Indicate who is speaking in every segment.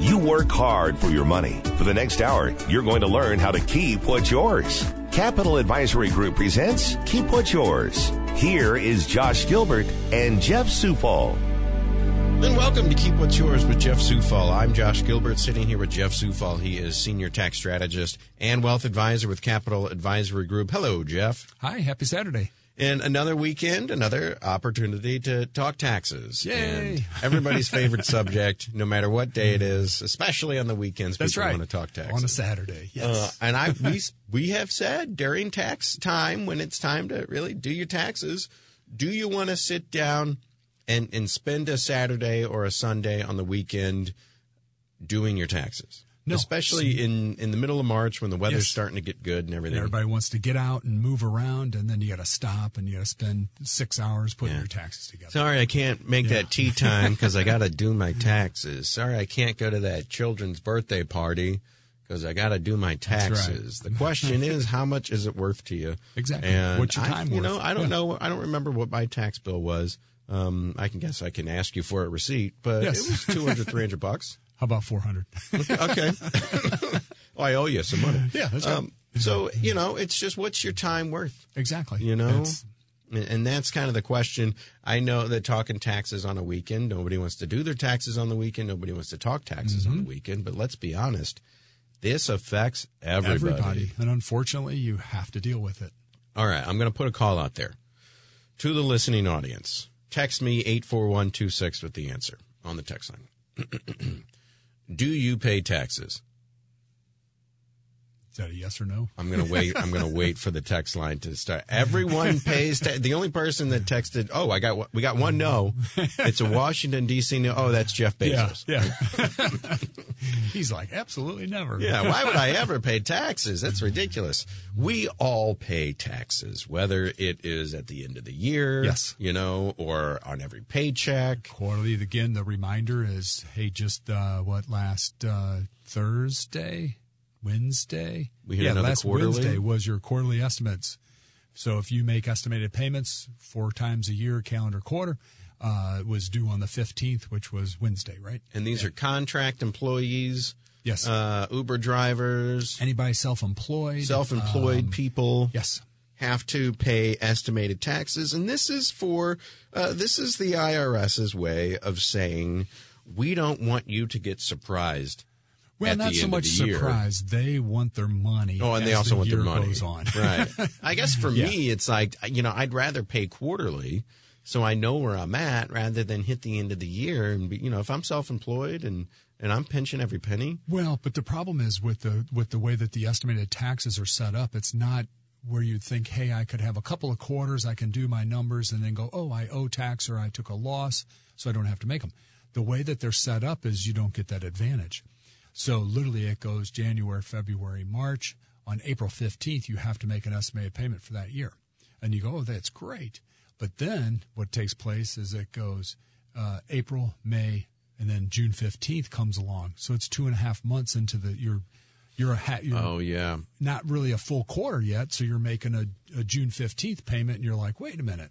Speaker 1: You work hard for your money. For the next hour, you're going to learn how to keep what's yours. Capital Advisory Group presents Keep What's Yours. Here is Josh Gilbert and Jeff Supal.
Speaker 2: And welcome to Keep What's Yours with Jeff Zufall. I'm Josh Gilbert, sitting here with Jeff Zufall. He is senior tax strategist and wealth advisor with Capital Advisory Group. Hello, Jeff.
Speaker 3: Hi, happy Saturday.
Speaker 2: And another weekend, another opportunity to talk taxes.
Speaker 3: Yay.
Speaker 2: And everybody's favorite subject, no matter what day it is, especially on the weekends. people want to talk taxes.
Speaker 3: On a Saturday. Yes.
Speaker 2: Uh, and I we we have said during tax time when it's time to really do your taxes, do you want to sit down and and spend a Saturday or a Sunday on the weekend doing your taxes?
Speaker 3: No.
Speaker 2: Especially in in the middle of March when the weather's
Speaker 3: Yes.
Speaker 2: starting to get good and everything.
Speaker 3: Everybody wants to get out and move around, and then you got to stop and you got to spend six hours putting
Speaker 2: Yeah.
Speaker 3: your taxes together.
Speaker 2: Sorry, I can't make that tea time because I got to do my taxes. Sorry, I can't go to that children's birthday party because I got to do my
Speaker 3: right.
Speaker 2: taxes. The question is, how much is it worth to you?
Speaker 3: Exactly.
Speaker 2: And
Speaker 3: What's your time
Speaker 2: I, You
Speaker 3: worth?
Speaker 2: know, I don't
Speaker 3: Yeah.
Speaker 2: know. I don't remember what my tax bill was. Um, I can guess I can ask you for a receipt, but
Speaker 3: Yes.
Speaker 2: it was 200, 300 bucks.
Speaker 3: How about 400?
Speaker 2: Okay. well, I owe you some money. Um,
Speaker 3: Yeah, that's right.
Speaker 2: so, you know, it's just what's your time worth?
Speaker 3: exactly.
Speaker 2: you know
Speaker 3: That's-
Speaker 2: And- and that's kind of the question i know that talking taxes on a weekend nobody wants to do their taxes on the weekend nobody wants to talk taxes on the
Speaker 3: Mm-hmm.
Speaker 2: weekend but let's be honest this affects everybody,
Speaker 3: everybody. And unfortunately, you have to deal with it.
Speaker 2: all right i'm going to put a call out there to the listening audience text me 84126 with the answer on the text line do you pay taxes
Speaker 3: Is that a yes or no?
Speaker 2: I'm gonna wait. I'm gonna wait for the text line to start. Everyone pays. Ta- the only person that texted, "Oh, I got one- we got one no." It's a Washington D.C. no. Oh, that's Jeff Bezos.
Speaker 3: Yeah. yeah. He's like, absolutely never.
Speaker 2: Yeah, why would I ever pay taxes? That's ridiculous. We all pay taxes, whether it is at the end of the year,
Speaker 3: Yes.
Speaker 2: you know, or on every paycheck.
Speaker 3: Quarterly, again, the reminder is hey, just uh, what, last uh, Thursday? Wednesday?
Speaker 2: We hit
Speaker 3: yeah,
Speaker 2: another
Speaker 3: last
Speaker 2: quarterly?
Speaker 3: Wednesday was your quarterly estimates. So if you make estimated payments four times a year, calendar quarter, uh, it was due on the 15th, which was Wednesday, right?
Speaker 2: And these are contract employees,
Speaker 3: Yes.
Speaker 2: uh, Uber drivers,
Speaker 3: Anybody self employed?
Speaker 2: self-employed
Speaker 3: um,
Speaker 2: people.
Speaker 3: yes.
Speaker 2: have to pay estimated taxes, and this is for uh, this is the IRS's way of saying we don't want you to get surprised.
Speaker 3: Well,
Speaker 2: at
Speaker 3: not
Speaker 2: the
Speaker 3: so
Speaker 2: end
Speaker 3: much
Speaker 2: of the year.
Speaker 3: surprise. They want their money.
Speaker 2: Oh, and they
Speaker 3: as
Speaker 2: also
Speaker 3: the
Speaker 2: want their
Speaker 3: year
Speaker 2: money.
Speaker 3: Goes on.
Speaker 2: right. I guess for me, it's like you know, I'd rather pay quarterly. So I know where I'm at, rather than hit the end of the year and be, you know, if I'm self-employed and and I'm pinching every penny,
Speaker 3: Well, but the problem is with the with the way that the estimated taxes are set up, it's not where you'd think, hey, I could have a couple of quarters, I can do my numbers, and then go, oh, I owe tax or I took a loss, so I don't have to make them. The way that they're set up is you don't get that advantage. So literally, it goes January, February, March. On April 15th, you have to make an estimated payment for that year. And you go, oh, that's great. But then what takes place is it goes uh, April, May, and then June 15th comes along. So it's two and a half months into the, you're, you're, a ha- you're
Speaker 2: yeah,
Speaker 3: not really a full quarter yet. So you're making a, a June 15th payment and you're like, wait a minute.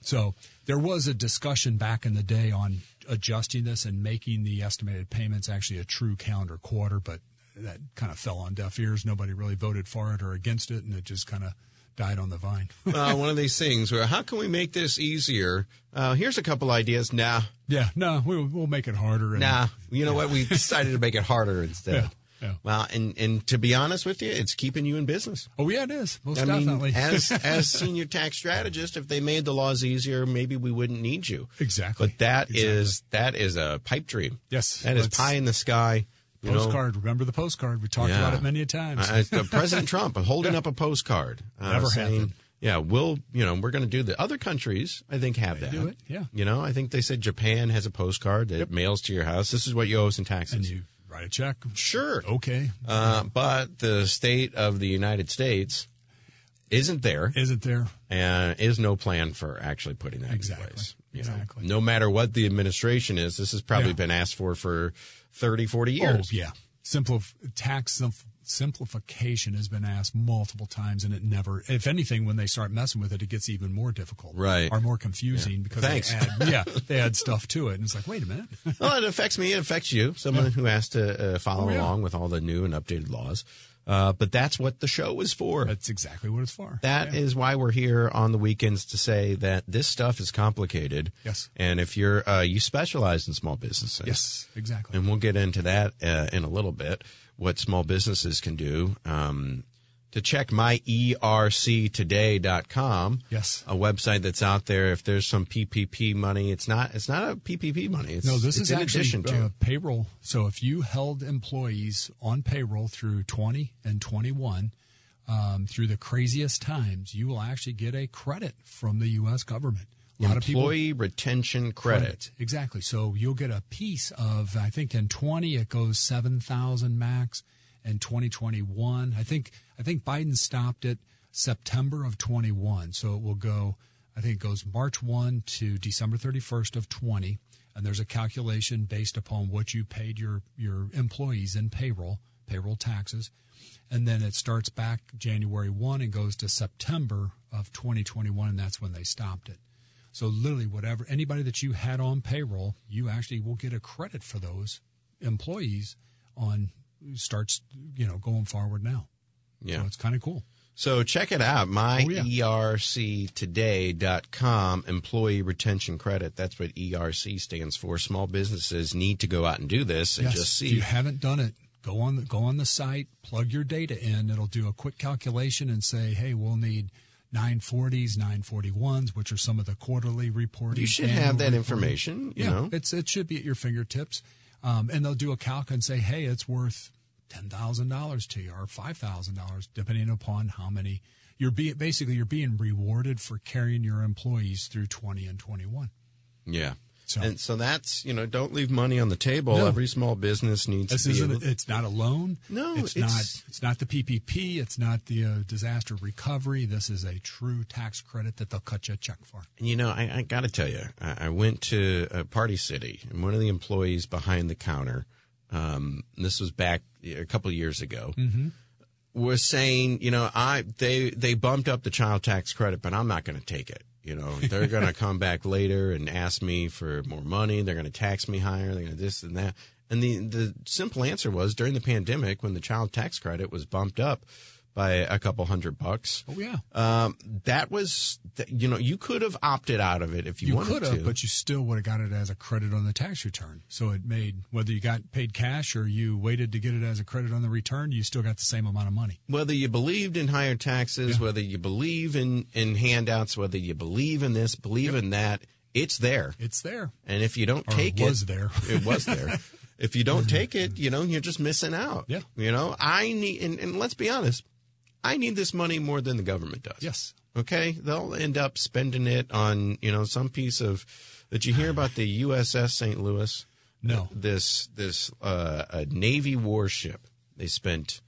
Speaker 3: So there was a discussion back in the day on adjusting this and making the estimated payments actually a true calendar quarter, but that kind of fell on deaf ears. Nobody really voted for it or against it, and it just kind of died on the vine.
Speaker 2: uh, one of these things where how can we make this easier? Uh, here's a couple ideas. Nah,
Speaker 3: yeah, no, we, we'll make it harder. And,
Speaker 2: Nah, you know what? We decided to make it harder instead.
Speaker 3: Yeah, yeah.
Speaker 2: Well, and and to be honest with you, it's keeping you in business.
Speaker 3: Oh, yeah, it is. Most
Speaker 2: I
Speaker 3: definitely.
Speaker 2: mean, as as senior tax strategist, if they made the laws easier, maybe we wouldn't need you.
Speaker 3: Exactly.
Speaker 2: But that is that is a pipe dream.
Speaker 3: Yes,
Speaker 2: that is
Speaker 3: let's-
Speaker 2: pie in the sky. you know.
Speaker 3: postcard. Remember the postcard? We talked
Speaker 2: Yeah.
Speaker 3: about it many a times.
Speaker 2: Uh, uh, President Trump holding up a postcard. Uh,
Speaker 3: Never
Speaker 2: saying,
Speaker 3: happened.
Speaker 2: Yeah, we'll, you know, we're going to do that. Other countries, I think, have that.
Speaker 3: do it, yeah.
Speaker 2: You know, I think they said Japan has a postcard that mails to your house. This is what you owe us in taxes.
Speaker 3: And you write a check.
Speaker 2: Sure.
Speaker 3: Okay.
Speaker 2: Uh, but the state of the United States isn't there
Speaker 3: Isn't there?
Speaker 2: and is no plan for actually putting that
Speaker 3: Exactly.
Speaker 2: in place. You
Speaker 3: Exactly.
Speaker 2: Know, no matter what the administration is, this has probably
Speaker 3: Yeah.
Speaker 2: been asked for for 30, 40 years.
Speaker 3: Oh, yeah. Simplif- tax simf- simplification has been asked multiple times, and it never. If anything, when they start messing with it, it gets even more difficult,
Speaker 2: Right.
Speaker 3: Or more confusing because
Speaker 2: Thanks.
Speaker 3: they add, yeah, they add stuff to it, and it's like, wait a minute,
Speaker 2: well, it affects me. It affects you, someone who has to uh, follow
Speaker 3: Oh, yeah.
Speaker 2: along with all the new and updated laws. Uh, but that's what the show is for. That is
Speaker 3: that's exactly what it's for.
Speaker 2: why we're here on the weekends to say that this stuff is complicated.
Speaker 3: Yes.
Speaker 2: And if you're, uh, you specialize in small businesses.
Speaker 3: yes, exactly.
Speaker 2: And we'll get into that uh, in a little bit, what small businesses can do. Um, to check my E erctoday.com.
Speaker 3: Yes.
Speaker 2: A website that's out there. If there's some PPP money, it's not, it's not a PPP money. It's,
Speaker 3: No, this
Speaker 2: it's
Speaker 3: is
Speaker 2: in
Speaker 3: actually
Speaker 2: addition to.
Speaker 3: uh, payroll. So if you held employees on payroll through 20 and 21, um, through the craziest times, you will actually get a credit from the U.S. government. A lot of people
Speaker 2: employee retention credit.
Speaker 3: Exactly. So you'll get a piece of, I think in 20, it goes 7,000 max. And 2021, I think, I think Biden stopped it September of 21. So it will go, I think it goes March 1 to December 31st of 20. And there's a calculation based upon what you paid your, your employees in payroll, payroll taxes. And then it starts back January 1 and goes to September of 2021. And that's when they stopped it. So literally, whatever anybody that you had on payroll, you actually will get a credit for those employees on starts you know going forward now.
Speaker 2: Yeah.
Speaker 3: So it's kind of cool.
Speaker 2: So check it out. E
Speaker 3: Oh, yeah.
Speaker 2: MyERCToday.com employee retention credit. That's what ERC stands for. Small businesses need to go out and do this and just
Speaker 3: If you
Speaker 2: see.
Speaker 3: haven't done it, go on the go on the site, plug your data in. It'll do a quick calculation and say, hey, we'll need 940s, 941s, which are some of the quarterly reporting.
Speaker 2: You should
Speaker 3: annual
Speaker 2: have that
Speaker 3: reporting.
Speaker 2: information, you
Speaker 3: yeah,
Speaker 2: know.
Speaker 3: it's it should be at your fingertips, um, and they'll do a calc and say, "Hey, it's worth ten thousand dollars to you, or five thousand dollars, depending upon how many you're being. Basically, you're being rewarded for carrying your employees through twenty and twenty-one.
Speaker 2: Yeah.
Speaker 3: So-
Speaker 2: and so that's, you know, don't leave money on the table.
Speaker 3: No.
Speaker 2: Every small business needs
Speaker 3: This
Speaker 2: to be
Speaker 3: isn't.
Speaker 2: able-
Speaker 3: it's not a loan.
Speaker 2: No,
Speaker 3: it's,
Speaker 2: it's-
Speaker 3: not. It's not the PPP. It's not the uh, disaster recovery. This is a true tax credit that they'll cut you a check for.
Speaker 2: And, you know, I, I got to tell you, I, I went to uh, Party City, and one of the employees behind the counter, um, and this was back a couple of years ago, was saying, you know, I they they bumped up the child tax credit, but I'm not going to take it. You know, they're going to come back later and ask me for more money. They're going to tax me higher. They're going to this and that. And the the simple answer was during the pandemic when the child tax credit was bumped up by a couple hundred bucks
Speaker 3: Oh yeah,
Speaker 2: um, that was, th- you know, you could have opted out of it if you,
Speaker 3: You
Speaker 2: wanted
Speaker 3: could have,
Speaker 2: to.
Speaker 3: but you still would have got it as a credit on the tax return. So it made whether you got paid cash or you waited to get it as a credit on the return, you still got the same amount of money.
Speaker 2: whether you believed in higher taxes, whether you believe in, in handouts, whether you believe in this, believe in that, it's there.
Speaker 3: It's there.
Speaker 2: And if you don't
Speaker 3: Or
Speaker 2: take it,
Speaker 3: was there. Mm-hmm.
Speaker 2: it was there. If you don't take it, you know, you're just missing out.
Speaker 3: Yeah.
Speaker 2: You know, I need, and, and let's be honest, I need this money more than the government does.
Speaker 3: Yes.
Speaker 2: Okay. They'll end up spending it on, you know, some piece of, that you hear about the USS St. Louis?
Speaker 3: No.
Speaker 2: this this uh, a navy warship. They spent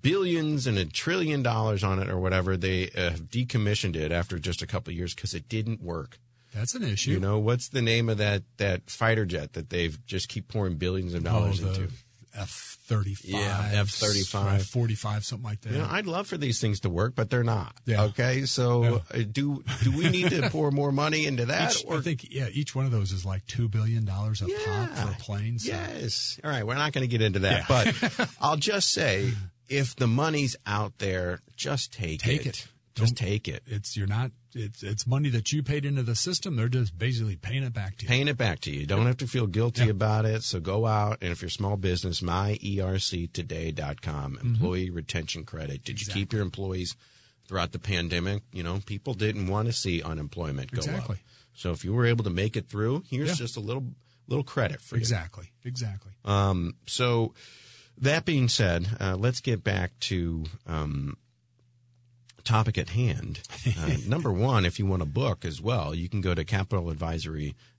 Speaker 2: billions and a trillion dollars on it or whatever. They uh, have decommissioned it after just a couple of years because it didn't work.
Speaker 3: That's an issue.
Speaker 2: You know what's the name of that that fighter jet that they've just keep pouring billions of
Speaker 3: Oh,
Speaker 2: dollars into?
Speaker 3: the F thirty five.
Speaker 2: Yeah, F-35.
Speaker 3: forty five, something like that.
Speaker 2: You know, I'd love for these things to work, but they're not.
Speaker 3: Yeah.
Speaker 2: Okay, so uh do do we need to pour more money into that?
Speaker 3: Each- I think yeah, each one of those is like two billion dollars a pop for planes.
Speaker 2: Yes. All right. We're not going to get into that, but I'll just say if the money's out there, just take,
Speaker 3: Take
Speaker 2: it.
Speaker 3: it.
Speaker 2: Just
Speaker 3: Don't-
Speaker 2: take it.
Speaker 3: It's you're not. It's it's money that you paid into the system. They're just basically paying it back to you.
Speaker 2: Paying it back to you. Don't have to feel guilty about it. So go out and if you're small business, E myerctoday.com,
Speaker 3: Mm-hmm.
Speaker 2: employee retention credit. Did you keep your employees throughout the pandemic? You know, people didn't want to see unemployment go up.
Speaker 3: Exactly.
Speaker 2: So if you were able to make it through, here's
Speaker 3: Yeah.
Speaker 2: just a little little credit for you.
Speaker 3: Exactly. Exactly.
Speaker 2: Um, so that being said, uh, let's get back to um, topic at hand. Uh, number one, if you want a book as well, you can go to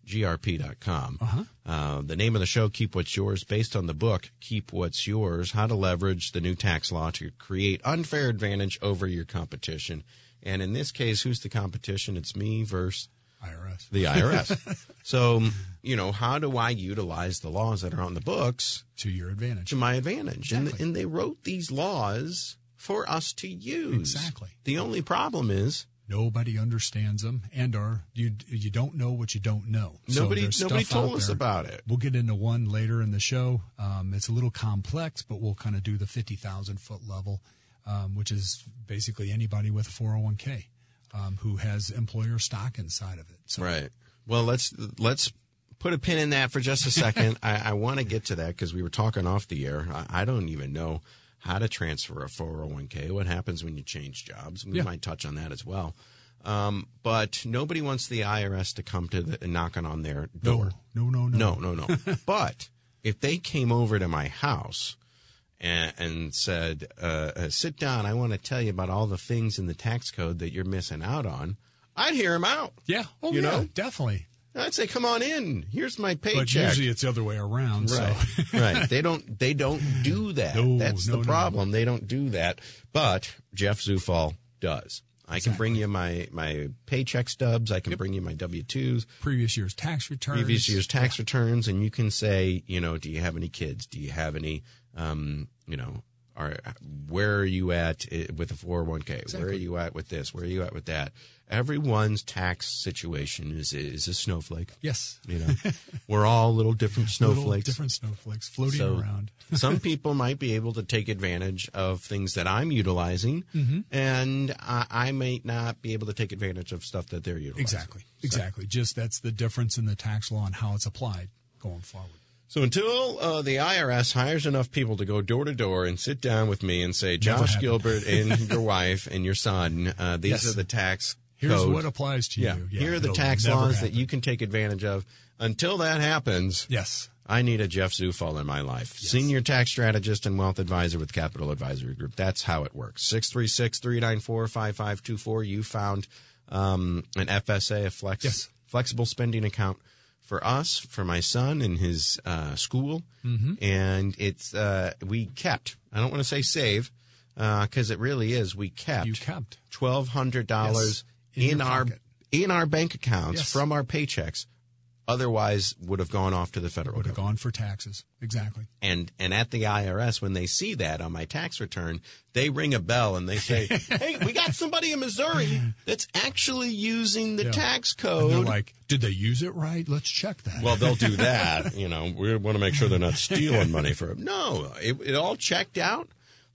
Speaker 2: capitaladvisorygrp.com. Uh-huh. Uh, the name of the show, Keep What's Yours, based on the book, Keep What's Yours How to Leverage the New Tax Law to Create Unfair Advantage Over Your Competition. And in this case, who's the competition? It's me versus
Speaker 3: IRS.
Speaker 2: the IRS. so, you know, how do I utilize the laws that are on the books
Speaker 3: to your advantage.
Speaker 2: to my advantage. And, and they wrote these laws for us to use.
Speaker 3: Exactly.
Speaker 2: The only problem is
Speaker 3: Nobody understands them, and or you you don't know what you don't know. So
Speaker 2: nobody
Speaker 3: there's
Speaker 2: nobody
Speaker 3: stuff out
Speaker 2: told us
Speaker 3: there.
Speaker 2: about it.
Speaker 3: We'll get into one later in the show. Um, it's a little complex, but we'll kind of do the fifty thousand foot level, um, which is basically anybody with a four hundred one k um, who has employer stock inside of it. So
Speaker 2: Right. Well, let's let's put a pin in that for just a second. I, I want to get to that because we were talking off the air. I, I don't even know how to transfer a 401k. What happens when you change jobs? We
Speaker 3: Yeah.
Speaker 2: might touch on that as well. Um, but nobody wants the IRS to come to the knocking on their door.
Speaker 3: no, no, no, no,
Speaker 2: No, no, no. but if they came over to my house and, and said, uh, uh, sit down, I want to tell you about all the things in the tax code that you're missing out on, I'd hear them out.
Speaker 3: Yeah, oh
Speaker 2: You
Speaker 3: yeah,
Speaker 2: know?
Speaker 3: definitely.
Speaker 2: I'd say, come on in. Here's my
Speaker 3: But
Speaker 2: paycheck.
Speaker 3: usually it's the other way around.
Speaker 2: right.
Speaker 3: So
Speaker 2: right. They don't, they don't do that.
Speaker 3: No,
Speaker 2: That's
Speaker 3: no,
Speaker 2: the
Speaker 3: no,
Speaker 2: problem. They don't do that. But Jeff Zufall does. I can bring you my, my paycheck stubs. I can bring you my W-2s.
Speaker 3: previous year's tax returns.
Speaker 2: previous year's tax returns, and you can say, you know, do you have any kids? Do you have any, um, you know, are where are you at eh, with the 401k? Where are you at with this? Where are you at with that? Everyone's tax situation is is a snowflake.
Speaker 3: Yes.
Speaker 2: You know, we're all little different snowflakes.
Speaker 3: Little different snowflakes floating
Speaker 2: So-
Speaker 3: around.
Speaker 2: Some people might be able to take advantage of things that I'm utilizing,
Speaker 3: Mm-hmm.
Speaker 2: and I, I may not be able to take advantage of stuff that they're utilizing.
Speaker 3: Exactly. Exactly. Just that's the difference in the tax law and how it's applied going forward.
Speaker 2: So until uh, the IRS hires enough people to go door to door and sit down with me and say, Josh
Speaker 3: happened.
Speaker 2: Gilbert and your wife and your son, uh, these
Speaker 3: Yes.
Speaker 2: are the tax
Speaker 3: Here's
Speaker 2: code.
Speaker 3: what applies to
Speaker 2: yeah.
Speaker 3: you.
Speaker 2: here are the
Speaker 3: it'll
Speaker 2: tax
Speaker 3: never
Speaker 2: laws that
Speaker 3: happen.
Speaker 2: you can take advantage of. Until that happens,
Speaker 3: Yes.
Speaker 2: I need a Jeff Zufall in my life. Senior tax strategist and wealth advisor with Capital Advisory Group. That's how it works. 636 394 5524. You found um, an FSA, a flex,
Speaker 3: Yes.
Speaker 2: flexible spending account for us, for my son and his uh, school.
Speaker 3: Mm-hmm.
Speaker 2: And it's, uh, we kept, I don't want to say save, because it really is, we kept.
Speaker 3: You kept.
Speaker 2: Twelve hundred dollars
Speaker 3: Yes, in
Speaker 2: in
Speaker 3: your
Speaker 2: our
Speaker 3: pocket.
Speaker 2: in our bank accounts
Speaker 3: Yes.
Speaker 2: from our paychecks, otherwise would have gone off to the federal
Speaker 3: Would have
Speaker 2: government.
Speaker 3: gone for taxes. Exactly.
Speaker 2: And and at the IRS, when they see that on my tax return, they ring a bell and they say, "Hey, we got somebody in Missouri that's actually using the
Speaker 3: Yeah.
Speaker 2: tax
Speaker 3: And they're
Speaker 2: code."
Speaker 3: like, did they use it right? Let's check that.
Speaker 2: well, they'll do that. You know, we want to make sure they're not stealing money for it. No, it, it all checked out.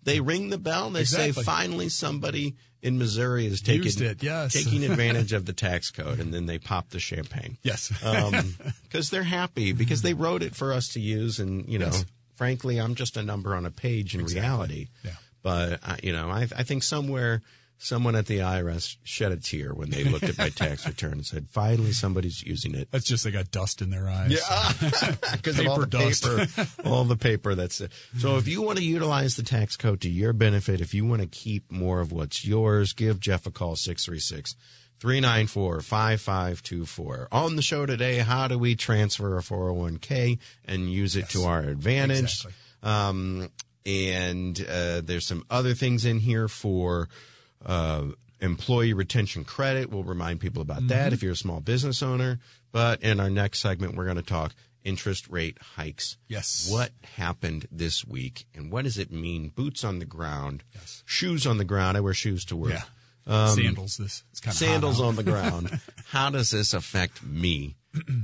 Speaker 2: They ring the bell. They say,
Speaker 3: Exactly.
Speaker 2: finally, somebody in Missouri is taking,
Speaker 3: Used it, yes.
Speaker 2: taking advantage of the tax code. And then they pop the champagne.
Speaker 3: yes.
Speaker 2: uh, Because they're happy, because they wrote it for us to use. And, you know, frankly, I'm just a number on a page in reality.
Speaker 3: Yeah.
Speaker 2: But, I, you know, I, I think somewhere someone at the IRS shed a tear when they looked at my tax return and said, finally, somebody's using it
Speaker 3: That's just they got dust in their eyes. Yeah.
Speaker 2: because of all the
Speaker 3: Paper dust.
Speaker 2: paper, all the paper that's it. So if you want to utilize the tax code to your benefit, if you want to keep more of what's yours, give Jeff a call 636 394 5524. On the show today, how do we transfer a 401k and use it to our advantage?
Speaker 3: Exactly.
Speaker 2: Um, and uh, there's some other things in here for uh, employee retention credit. We'll remind people about
Speaker 3: Mm-hmm.
Speaker 2: that if you're a small business owner. But in our next segment, we're going to talk interest rate hikes.
Speaker 3: Yes.
Speaker 2: What happened this week and what does it mean? Boots on the ground, yes. shoes on the ground. I wear shoes to work.
Speaker 3: Yeah. sandals. This it's kind of
Speaker 2: Um, Sandals on the ground. How does this affect me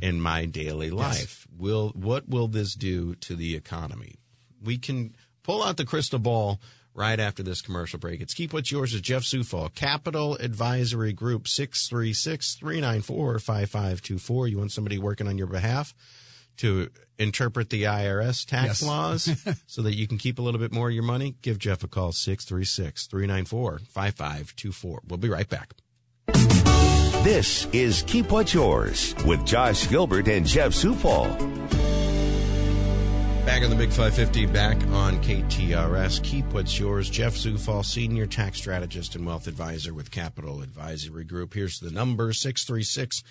Speaker 2: in my daily life? Will what will this do to the economy? We can pull out the crystal ball right after this commercial break. It's Keep What's Yours with Jeff Sufall, Capital Advisory Group, 636-394-5524. You want somebody working on your behalf to interpret the IRS tax
Speaker 3: Yes.
Speaker 2: laws so that you can keep a little bit more of your money? Give Jeff a call, 636-394-5524. We'll be right back.
Speaker 1: This is Keep What's Yours with Josh Gilbert and Jeff Supal.
Speaker 2: Back on the Big 550, back on KTRS. Keep what's yours. Jeff Zufall, Senior Tax Strategist and Wealth Advisor with Capital Advisory Group. Here's the number 636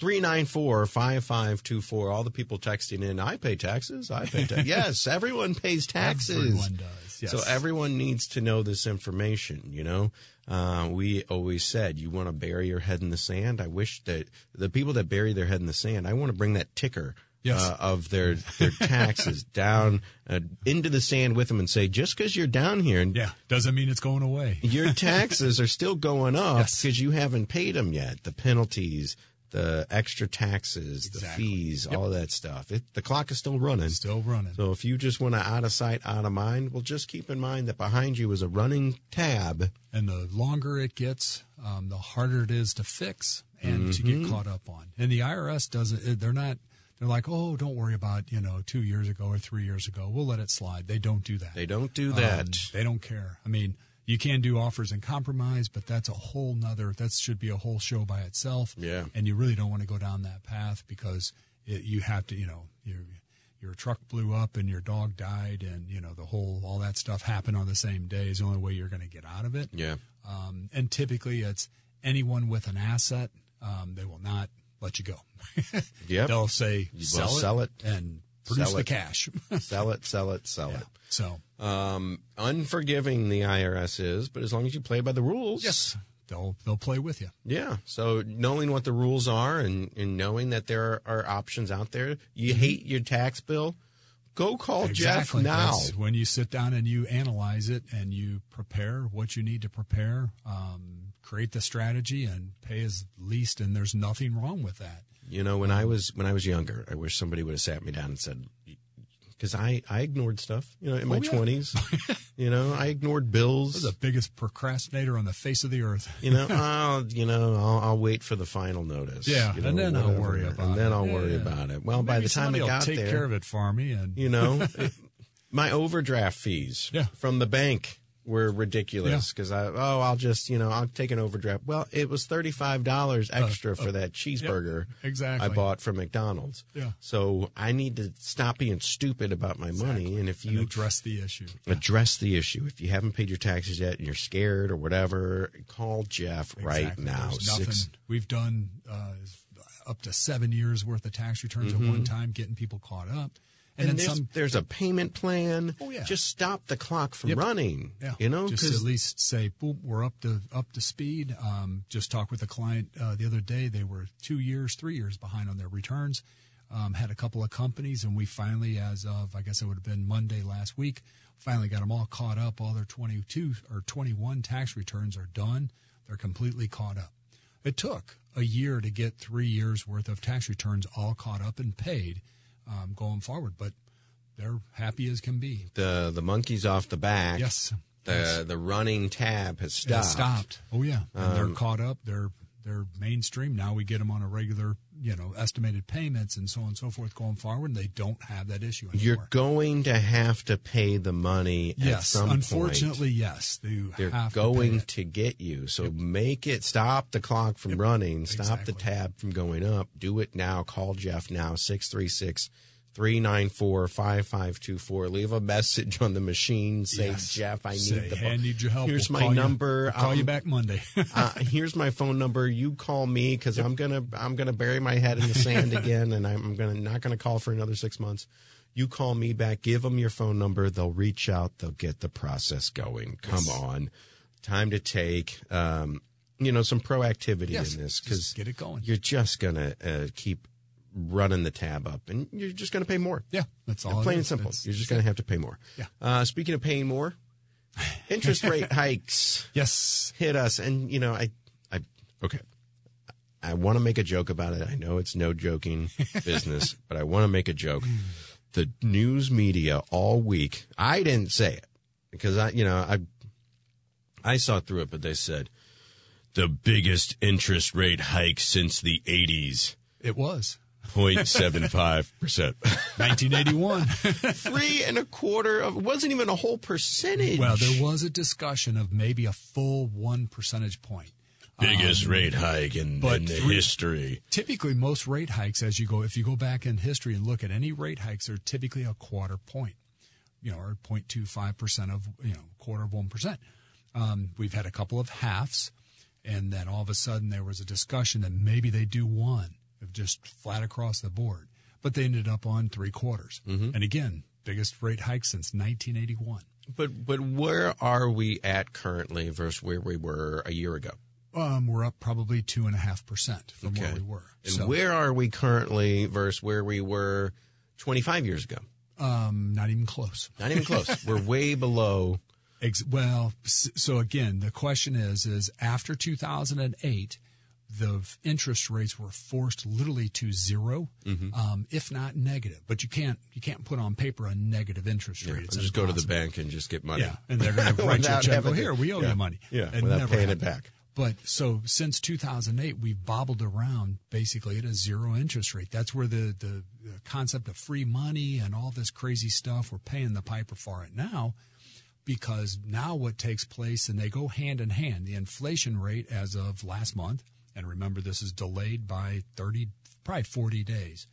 Speaker 2: 394 5524. All the people texting in, I pay taxes. I pay taxes. yes, everyone pays taxes.
Speaker 3: Everyone does. Yes.
Speaker 2: So everyone needs to know this information, you know? Uh, we always said, you want to bury your head in the sand. I wish that the people that bury their head in the sand, I want to bring that ticker
Speaker 3: Yes.
Speaker 2: uh, of their their taxes down uh, into the sand with them and say, just because you're down here and
Speaker 3: Yeah. Doesn't mean it's going away.
Speaker 2: your taxes are still going up
Speaker 3: Yes.
Speaker 2: because you haven't paid them yet. The penalties, the extra taxes, the
Speaker 3: Exactly.
Speaker 2: fees, all that stuff. It, the clock is still running.
Speaker 3: Still running.
Speaker 2: So if you just want to out of sight, out of mind, well, just keep in mind that behind you is a running tab.
Speaker 3: And the longer it gets, um, the harder it is to fix and to get
Speaker 2: Mm-hmm.
Speaker 3: caught up on. And the IRS doesn't, they're not, they're like, oh, don't worry about, you know, two years ago or three years ago. We'll let it slide. They don't do that.
Speaker 2: They don't do
Speaker 3: Um,
Speaker 2: that.
Speaker 3: they don't care. I mean, you can do offers and compromise, but that's a whole nother, that should be a whole show by itself.
Speaker 2: Yeah.
Speaker 3: And you really don't want to go down that path because it, you have to, you know, your, your truck blew up and your dog died and, you know, the whole, all that stuff happened on the same day is the only way you're going to get out of it.
Speaker 2: yeah.
Speaker 3: Um,
Speaker 2: Mm-hmm.
Speaker 3: and typically it's anyone with an asset, um, they will not let you go.
Speaker 2: Yep.
Speaker 3: They'll say, sell, it,
Speaker 2: sell it.
Speaker 3: and produce
Speaker 2: Sell
Speaker 3: the
Speaker 2: it.
Speaker 3: cash.
Speaker 2: Sell it, sell it, sell it.
Speaker 3: so
Speaker 2: Um, unforgiving the IRS is, but as long as you play by the rules.
Speaker 3: yes, they'll, they'll play with you.
Speaker 2: Yeah. So knowing what the rules are and, and knowing that there are, are options out there, you hate your tax bill, go call Jeff now.
Speaker 3: That's when you sit down and you analyze it and you prepare what you need to prepare, um, create the strategy and pay as least, and there's nothing wrong with that.
Speaker 2: You know, when I was when I was younger, I wish somebody would have sat me down and said, because I I ignored stuff. You know, in my
Speaker 3: Oh, yeah.
Speaker 2: twenties, you know, I ignored
Speaker 3: This
Speaker 2: bills.
Speaker 3: is the biggest procrastinator on the face of the earth.
Speaker 2: you know, I'll, you know, I'll, I'll wait for the final notice.
Speaker 3: Yeah,
Speaker 2: you know,
Speaker 3: and then I'll
Speaker 2: whatever,
Speaker 3: worry about
Speaker 2: And then
Speaker 3: it.
Speaker 2: I'll worry
Speaker 3: Yeah.
Speaker 2: about it. Well, by
Speaker 3: Maybe
Speaker 2: the time
Speaker 3: somebody
Speaker 2: it
Speaker 3: will
Speaker 2: got
Speaker 3: take
Speaker 2: there,
Speaker 3: care of it for me, and
Speaker 2: You know, it- my overdraft fees
Speaker 3: Yeah.
Speaker 2: from the bank were ridiculous because I oh I'll just you know I'll take an overdraft. Well, it was thirty five dollars extra for that cheeseburger
Speaker 3: Uh, exactly.
Speaker 2: I bought from McDonald's.
Speaker 3: Yeah.
Speaker 2: So I need to stop being stupid about my money, and if
Speaker 3: you
Speaker 2: you
Speaker 3: address the issue.
Speaker 2: address the issue, if you haven't paid your taxes yet and you're scared or whatever, call Jeff right
Speaker 3: Exactly.
Speaker 2: now.
Speaker 3: There's nothing.
Speaker 2: Six
Speaker 3: We've done uh, up to seven years worth of tax returns at one time, getting people caught up, and,
Speaker 2: Mm-hmm. and
Speaker 3: then
Speaker 2: there's,
Speaker 3: some.
Speaker 2: there's a payment plan.
Speaker 3: Oh, yeah.
Speaker 2: Just stop the clock from
Speaker 3: Yep.
Speaker 2: running.
Speaker 3: Yeah,
Speaker 2: You know,
Speaker 3: just
Speaker 2: 'cause-
Speaker 3: at least say, "Boom, we're up to up to speed." Um, just talked with a client uh, the other day; they were two years, three years behind on their returns. Um, had a couple of companies, and we finally, as of I guess it would have been Monday last week, finally got them all caught up. All their twenty-two or twenty-one tax returns are done; they're completely caught up. It took a year to get three years worth of tax returns all caught up and paid um, going forward, but they're happy as can be.
Speaker 2: the the monkeys off the back.
Speaker 3: Yes.
Speaker 2: The the running tab has
Speaker 3: It
Speaker 2: stopped. Um,
Speaker 3: stopped. Oh yeah, and they're caught up. They're they're mainstream now. We get them on a regular, you know, estimated payments and so on and so forth going forward. And they don't have that issue anymore.
Speaker 2: You're going to have to pay the money at
Speaker 3: yes,
Speaker 2: some point.
Speaker 3: unfortunately, yes, they
Speaker 2: They're
Speaker 3: have
Speaker 2: going
Speaker 3: To pay it.
Speaker 2: to get you. So make it stop the clock from running, stop the
Speaker 3: Exactly.
Speaker 2: tab from going up. Do it now. Call Jeff now 636 394 5524. Leave a message on the machine. Say,
Speaker 3: Yes.
Speaker 2: Jeff, I need
Speaker 3: Say,
Speaker 2: the
Speaker 3: "Hey, I need your help.
Speaker 2: Here's
Speaker 3: We'll
Speaker 2: my
Speaker 3: call you-
Speaker 2: number. Um,
Speaker 3: we'll call
Speaker 2: I'll-
Speaker 3: you back Monday.
Speaker 2: uh, here's my phone number. You call me because I'm gonna I'm gonna bury my head in the sand again, and I'm gonna not gonna call for another six months. You call me back. Give them your phone number. They'll reach out. They'll get the process going. Come on, time to take um, you know some proactivity
Speaker 3: Yes,
Speaker 2: in this
Speaker 3: just
Speaker 2: because
Speaker 3: get it going.
Speaker 2: You're just gonna uh, keep running the tab up, and you're just gonna pay more.
Speaker 3: yeah, that's all. it
Speaker 2: Plain and
Speaker 3: is.
Speaker 2: simple.
Speaker 3: It's-
Speaker 2: You're just going to have to pay more.
Speaker 3: Yeah.
Speaker 2: Uh, speaking of paying more, interest rate hikes
Speaker 3: yes,
Speaker 2: hit us and you know i i okay i want to make a joke about it i know it's no joking business but i want to make a joke the news media all week i didn't say it because i you know i i saw through it but they said the biggest interest rate hike since the 80s
Speaker 3: it was
Speaker 2: 0.75%
Speaker 3: 1981.
Speaker 2: three and a quarter of it wasn't even a whole percentage
Speaker 3: Well, there was a discussion of maybe a full one percentage point.
Speaker 4: Biggest rate hike in,
Speaker 3: but
Speaker 4: in the
Speaker 3: three-
Speaker 4: history.
Speaker 3: Typically, most rate hikes, as you go, if you go back in history and look at any rate hikes, are typically a quarter point, you know, or 0.25 percent of, you know, quarter of one percent. Um, we've had a couple of halves, and then all of a sudden there was a discussion that maybe they do one, of just flat across the board, but they ended up on three quarters, and again, biggest rate hike since 1981.
Speaker 2: But but where are we at currently versus where we were a year ago?
Speaker 3: Um, we're up probably two and a half percent from where we were.
Speaker 2: And
Speaker 3: so,
Speaker 2: where are we currently versus where we were 25 years ago?
Speaker 3: um, not even close.
Speaker 2: Not even close. We're way below.
Speaker 3: Ex- well, s- so again, the question is: is after 2008, the f- interest rates were forced literally to 0
Speaker 2: Mm-hmm.
Speaker 3: um, if not negative. But you can't you can't put on paper a negative interest rate. It's
Speaker 2: just go to the
Speaker 3: impossible.
Speaker 2: bank and just get money.
Speaker 3: Yeah, and they're going to write you a
Speaker 2: Without
Speaker 3: check. Well,
Speaker 2: having to-
Speaker 3: here we owe
Speaker 2: yeah,
Speaker 3: you money.
Speaker 2: yeah,
Speaker 3: It
Speaker 2: without
Speaker 3: never
Speaker 2: paying it
Speaker 3: happened.
Speaker 2: back.
Speaker 3: But so since 2008, we've bobbled around basically at a zero interest rate. That's where the, the, the concept of free money and all this crazy stuff, we're paying the piper for it now because now what takes place, and they go hand in hand, the inflation rate as of last month, and remember this is delayed by 30, probably 40 days,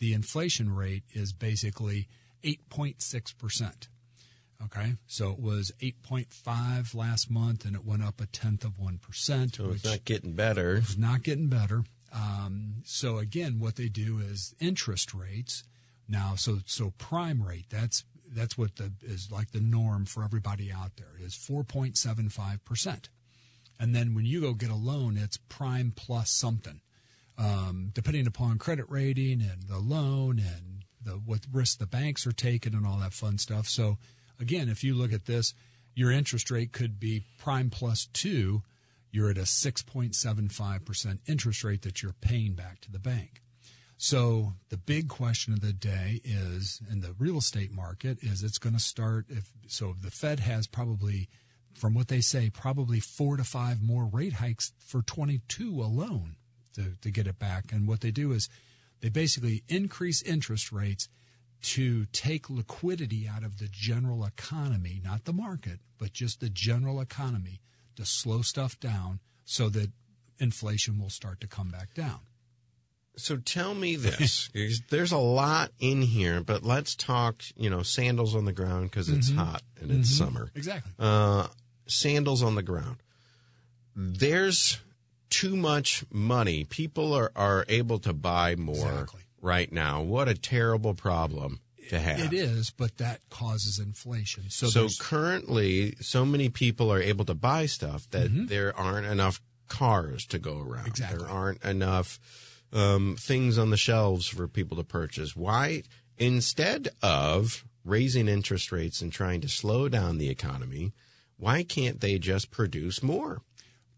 Speaker 3: the inflation rate is basically 8.6%. Okay, so it was 8.5 last month, and it went up a tenth of one percent,
Speaker 2: So
Speaker 3: which
Speaker 2: it's not getting better.
Speaker 3: is not getting better. Um, so again, what they do is interest rates now. So so prime rate that's that's what the is like the norm for everybody out there is four point seven five percent, and then when you go get a loan, it's prime plus something um, depending upon credit rating and the loan and the what risks the banks are taking and all that fun stuff. So again, if you look at this, your interest rate could be prime plus two. You're at a 6.75% interest rate that you're paying back to the bank. So the big question of the day is in the real estate market is it's going to start if so the Fed has probably from what they say probably 4 to 5 more rate hikes for 22 alone to to get it back and what they do is they basically increase interest rates to take liquidity out of the general economy, not the market, but just the general economy to slow stuff down so that inflation will start to come back down.
Speaker 2: So tell me this. There's- There's a lot in here, but let's talk, you know, sandals on the ground because it's
Speaker 3: Mm-hmm.
Speaker 2: hot and it's summer.
Speaker 3: Exactly.
Speaker 2: Uh, sandals on the ground. There's too much money. People are, are able to buy more
Speaker 3: Exactly.
Speaker 2: right now. What a terrible problem to have.
Speaker 3: It is, but that causes inflation. So,
Speaker 2: So
Speaker 3: there's-
Speaker 2: currently, so many people are able to buy stuff that there aren't enough cars to go around.
Speaker 3: Mm-hmm. Exactly.
Speaker 2: There aren't enough um, things on the shelves for people to purchase. Why, instead of raising interest rates and trying to slow down the economy, why can't they just produce more?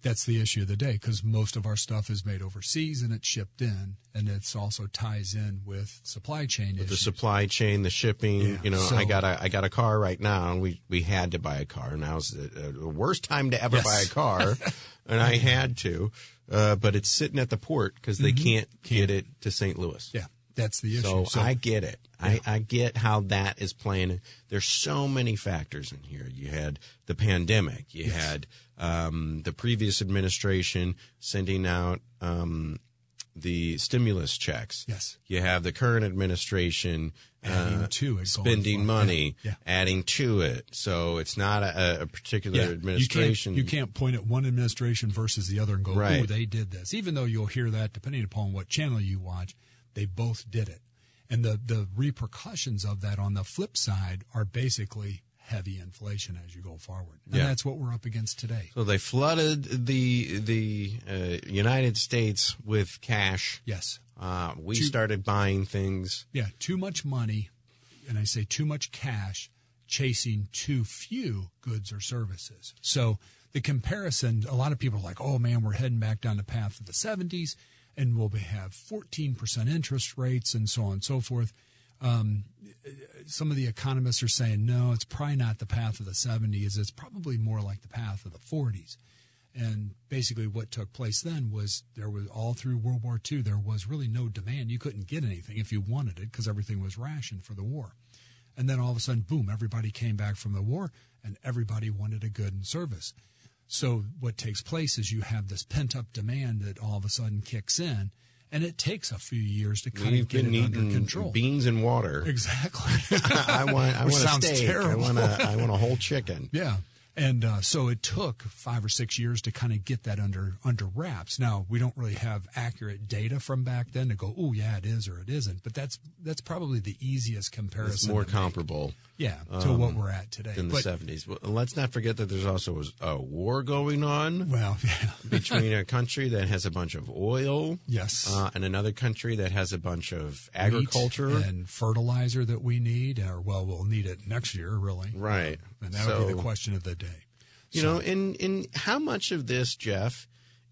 Speaker 3: that's the issue of the day because most of our stuff is made overseas and it's shipped in, and it's also ties in with supply chain
Speaker 2: The
Speaker 3: issues.
Speaker 2: supply chain, the shipping.
Speaker 3: Yeah,
Speaker 2: You know,
Speaker 3: so-
Speaker 2: I got a I got a car right now, and we we had to buy a car. Now's the uh, worst time to ever
Speaker 3: Yes.
Speaker 2: buy a car, and I had to. Uh, but it's sitting at the port because they can't, get it to St. Louis.
Speaker 3: Mm-hmm. yeah, that's the issue.
Speaker 2: So,
Speaker 3: So-
Speaker 2: I get it. I, I get how that is playing. There's so many factors in here. You had the pandemic. You had um, the previous administration sending out um, the stimulus checks.
Speaker 3: Yes.
Speaker 2: You have the current administration uh,
Speaker 3: Adding to it going
Speaker 2: spending
Speaker 3: forward.
Speaker 2: money,
Speaker 3: Yeah, yeah.
Speaker 2: adding to it. So it's not a, a particular administration.
Speaker 3: You can't, you can't point at one administration versus the other and go,
Speaker 2: Right.
Speaker 3: "Oh, they did this." Even though you'll hear that depending upon what channel you watch, they both did it, and the the repercussions of that on the flip side are basically heavy inflation as you go forward, and
Speaker 2: Yeah.
Speaker 3: that's what we're up against today.
Speaker 2: So they flooded the the uh, United States with cash.
Speaker 3: Yes.
Speaker 2: Uh, we started buying things.
Speaker 3: Yeah, too much money, and I say too much cash chasing too few goods or services. So the comparison, a lot of people are like, oh man, we're heading back down the path of the 70s, and we'll be- have 14% interest rates and so on and so forth. Um, some of the economists are saying, no, it's probably not the path of the 70s. It's probably more like the path of the 40s. And basically, what took place then was there was all through World War II, there was really no demand. You couldn't get anything if you wanted it because everything was rationed for the war. And then all of a sudden, boom, everybody came back from the war and everybody wanted a good and service. So what takes place is you have this pent up demand that all of a sudden kicks in, and it takes a few years to kind
Speaker 2: We've
Speaker 3: of get
Speaker 2: been
Speaker 3: it under
Speaker 2: eating
Speaker 3: control.
Speaker 2: beans and water.
Speaker 3: Exactly.
Speaker 2: I want. I
Speaker 3: Which
Speaker 2: want a
Speaker 3: sounds
Speaker 2: steak. I
Speaker 3: terrible.
Speaker 2: want a. I want a whole chicken.
Speaker 3: Yeah. And uh, so it took five or six years to kind of get that under under wraps. Now we don't really have accurate data from back then to go, oh yeah, it is or it isn't. But that's that's probably the easiest comparison.
Speaker 2: It's more
Speaker 3: to make.
Speaker 2: comparable
Speaker 3: yeah, to what we're at today.
Speaker 2: than the
Speaker 3: But-
Speaker 2: seventies. Well, let's not forget that there's also a war going on
Speaker 3: Well, yeah,
Speaker 2: between a country that has a bunch of oil,
Speaker 3: Yes.
Speaker 2: uh, and another country that has a bunch of agriculture.
Speaker 3: Wheat and fertilizer that we need, or well, we'll need it next year, really.
Speaker 2: right.
Speaker 3: And that would be the question of the day.
Speaker 2: You know, and and how much of this, Jeff,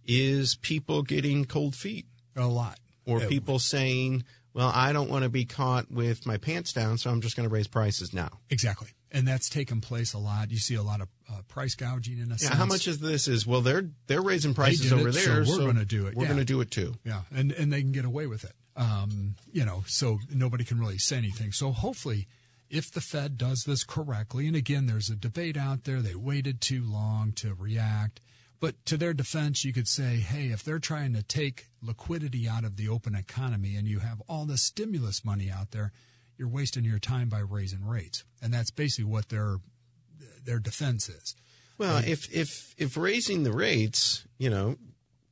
Speaker 2: is people getting cold feet?
Speaker 3: A lot.
Speaker 2: or
Speaker 3: Yeah.
Speaker 2: people saying, "Well, I don't want to be caught with my pants down, so I'm just going to raise prices now."
Speaker 3: Exactly. And that's taken place a lot. You see a lot of uh, price gouging in a
Speaker 2: Yeah,
Speaker 3: sense.
Speaker 2: how much of this is well? They're they're raising prices
Speaker 3: did
Speaker 2: over
Speaker 3: it, so
Speaker 2: there,
Speaker 3: we're gonna do it,
Speaker 2: We're
Speaker 3: yeah.
Speaker 2: going to do it too.
Speaker 3: Yeah, and and they can get away with it. Um, you know, so nobody can really say anything. So hopefully, if the Fed does this correctly, and again, there's a debate out there. They waited too long to react. But to their defense, you could say, hey, if they're trying to take liquidity out of the open economy and you have all this stimulus money out there, you're wasting your time by raising rates. And that's basically what their their defense is.
Speaker 2: Well, if if if raising the rates, you know,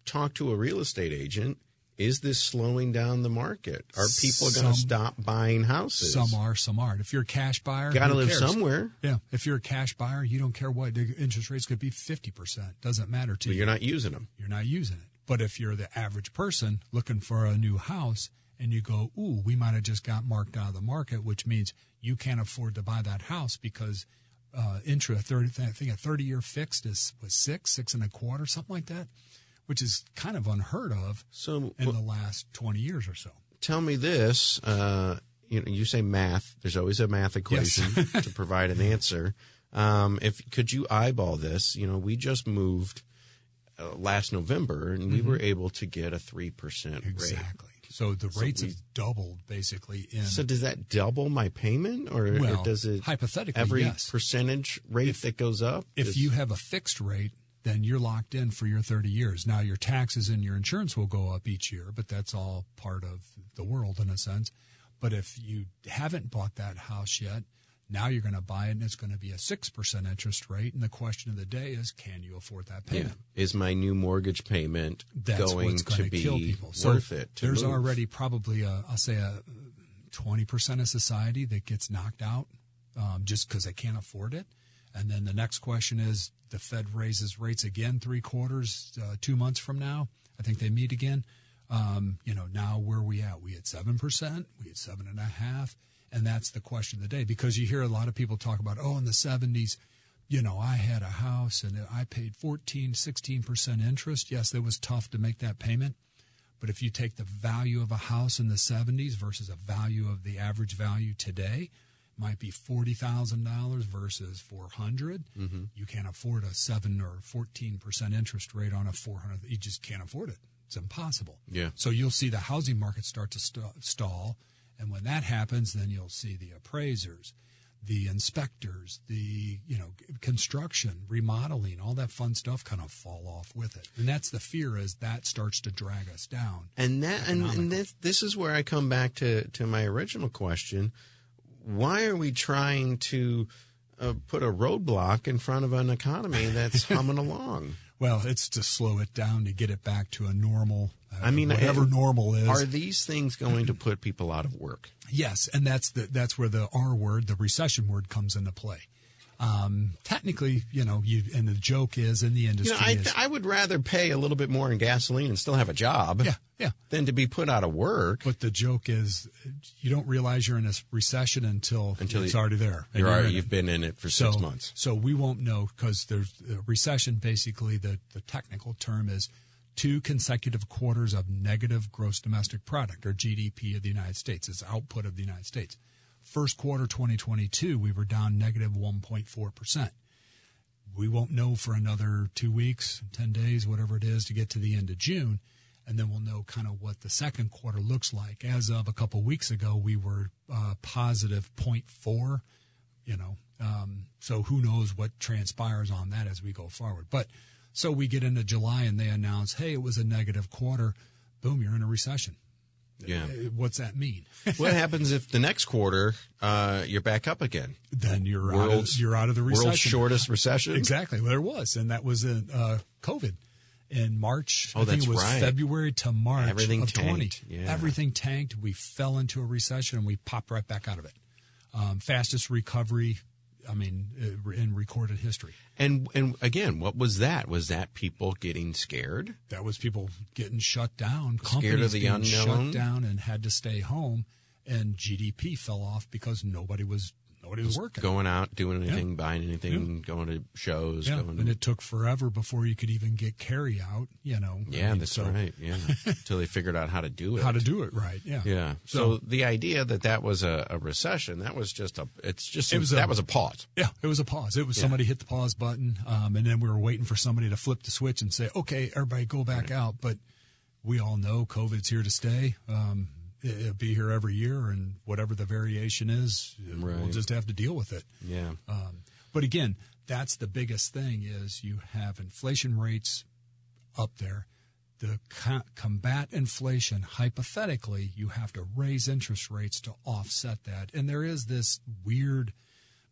Speaker 2: talk to a real estate agent. Is this slowing down the market? Are people going
Speaker 3: Some-
Speaker 2: to stop buying houses?
Speaker 3: Some are, some aren't. If you're a cash buyer,
Speaker 2: Got to
Speaker 3: who
Speaker 2: live
Speaker 3: cares?
Speaker 2: somewhere.
Speaker 3: Yeah, if you're a cash buyer, you don't care what the interest rates could be 50%. Doesn't matter to
Speaker 2: But
Speaker 3: you.
Speaker 2: you're not using them.
Speaker 3: You're not using it. But if you're the average person looking for a new house and you go, "Ooh, we might have just got marked out of the market," which means you can't afford to buy that house because uh, interest, 30, I think a 30 year fixed is was six, six and a quarter, something like that, which is kind of unheard of
Speaker 2: So
Speaker 3: in the last 20 years or so.
Speaker 2: tell me this. Uh, you know, you say math. There's always a math equation to provide an answer. Um, if could you eyeball this? You know, we just moved uh, last November, and we were able to get a three percent rate.
Speaker 3: Mm-hmm. Exactly. So the rates have doubled basically in
Speaker 2: So does that double my payment, or or
Speaker 3: Well,
Speaker 2: does it
Speaker 3: hypothetically,
Speaker 2: every
Speaker 3: yes.
Speaker 2: percentage rate that goes up?
Speaker 3: if
Speaker 2: is-
Speaker 3: you have a fixed rate, then you're locked in for your 30 years. Now, your taxes and your insurance will go up each year, but that's all part of the world in a sense. But if you haven't bought that house yet, now you're going to buy it and it's going to be a 6% interest rate. And the question of the day is can you afford that
Speaker 2: yeah.
Speaker 3: payment?
Speaker 2: is my new mortgage payment
Speaker 3: That's
Speaker 2: going
Speaker 3: what's
Speaker 2: to
Speaker 3: going
Speaker 2: be
Speaker 3: kill people. So
Speaker 2: worth it? to
Speaker 3: there's
Speaker 2: move?
Speaker 3: already probably, a, I'll say, a 20% of society that gets knocked out um, just because they can't afford it. And then the next question is the Fed raises rates again three quarters, uh, two months from now. I think they meet again. Um, you know, now where are we at? We at 7%, we at 7.5%. And that's the question of the day because you hear a lot of people talk about, oh, in the 70s, you know, I had a house and I paid 14, 16% interest. Yes, it was tough to make that payment. But if you take the value of a house in the 70s versus a value of the average value today, might be $40,000 versus 400, you can't afford a 7 or 14% interest rate on a 400 you just can't afford it. It's impossible.
Speaker 2: Yeah.
Speaker 3: So you'll see the housing market start to st- stall and when that happens then you'll see the appraisers, the inspectors, the you know construction, remodeling, all that fun stuff kind of fall off with it. And that's the fear is that starts to drag us down.
Speaker 2: And that and, and this this is where I come back to to my original question: Why are we trying to uh, put a roadblock in front of an economy that's humming along?
Speaker 3: Well, it's to slow it down to get it back to a normal uh,
Speaker 2: I mean,
Speaker 3: whatever
Speaker 2: I-
Speaker 3: normal is.
Speaker 2: Are these things going to put people out of work?
Speaker 3: Yes, and that's the that's where the R word, the recession word, comes into play. Um, technically, you know, you and the joke is in the
Speaker 2: You
Speaker 3: industry.
Speaker 2: know, I
Speaker 3: is,
Speaker 2: I would rather pay a little bit more in gasoline and still have a job,
Speaker 3: yeah, yeah.
Speaker 2: than to be put out of work.
Speaker 3: But the joke is, you don't realize you're in a s- recession until,
Speaker 2: Until
Speaker 3: it's
Speaker 2: you-
Speaker 3: already there. and
Speaker 2: You're already,
Speaker 3: in it.
Speaker 2: you've been in it for
Speaker 3: so,
Speaker 2: six months.
Speaker 3: So we won't know because there's uh, recession. Basically, the the technical term is two consecutive quarters of negative gross domestic product or GDP of the United States. It's output of the United States. First quarter 2022, we were down negative 1.4 percent. We won't know for another two weeks, 10 days, whatever it is, to get to the end of June. And then we'll know kind of what the second quarter looks like. As of a couple weeks ago, we were uh, positive 0.4 you know. Um, so who knows what transpires on that as we go forward. But So we get into July and they announce, hey, it was a negative quarter. Boom, you're in a recession.
Speaker 2: Yeah.
Speaker 3: Eh, What's that mean?
Speaker 2: what happens if the next quarter uh, you're back up again?
Speaker 3: then you're out, of, you're out of the recession.
Speaker 2: World's shortest recession.
Speaker 3: Exactly. Well, there was, and that was in uh, COVID in March.
Speaker 2: Oh,
Speaker 3: I think
Speaker 2: that's
Speaker 3: it was
Speaker 2: right.
Speaker 3: February to March.
Speaker 2: Everything
Speaker 3: of 20.
Speaker 2: tanked. Yeah.
Speaker 3: Everything tanked. We fell into a recession, and we popped right back out of it. Um, fastest recovery, I mean, uh, in recorded history.
Speaker 2: And and again, what was that? Was that people getting scared?
Speaker 3: That was people getting shut down, companies
Speaker 2: Scared of the
Speaker 3: being
Speaker 2: unknown?
Speaker 3: shut down, and had to stay home, and GDP fell off because nobody was nobody was working.
Speaker 2: Going out, doing anything, buying anything, going to shows,
Speaker 3: Yeah,
Speaker 2: going
Speaker 3: and it took forever before you could even get carry out. You know, I
Speaker 2: Yeah,
Speaker 3: mean,
Speaker 2: that's
Speaker 3: so
Speaker 2: right. Yeah. Until they figured out how to do it.
Speaker 3: How to do it right? Yeah,
Speaker 2: yeah. So, the idea that that was a, a recession, that was just a, it's just,
Speaker 3: It was
Speaker 2: that
Speaker 3: a-
Speaker 2: was a pause.
Speaker 3: Yeah, it was a pause. It was somebody hit the pause button, um, and then we were waiting for somebody to flip the switch and say, "Okay, everybody, go back out." But we all know COVID's here to stay. Um, it- it'll be here every year, and whatever the variation is, we'll
Speaker 2: Right.
Speaker 3: just have to deal with it.
Speaker 2: Yeah.
Speaker 3: Um, but again, that's the biggest thing is you have inflation rates up there. To co- combat inflation, hypothetically, you have to raise interest rates to offset that. And there is this weird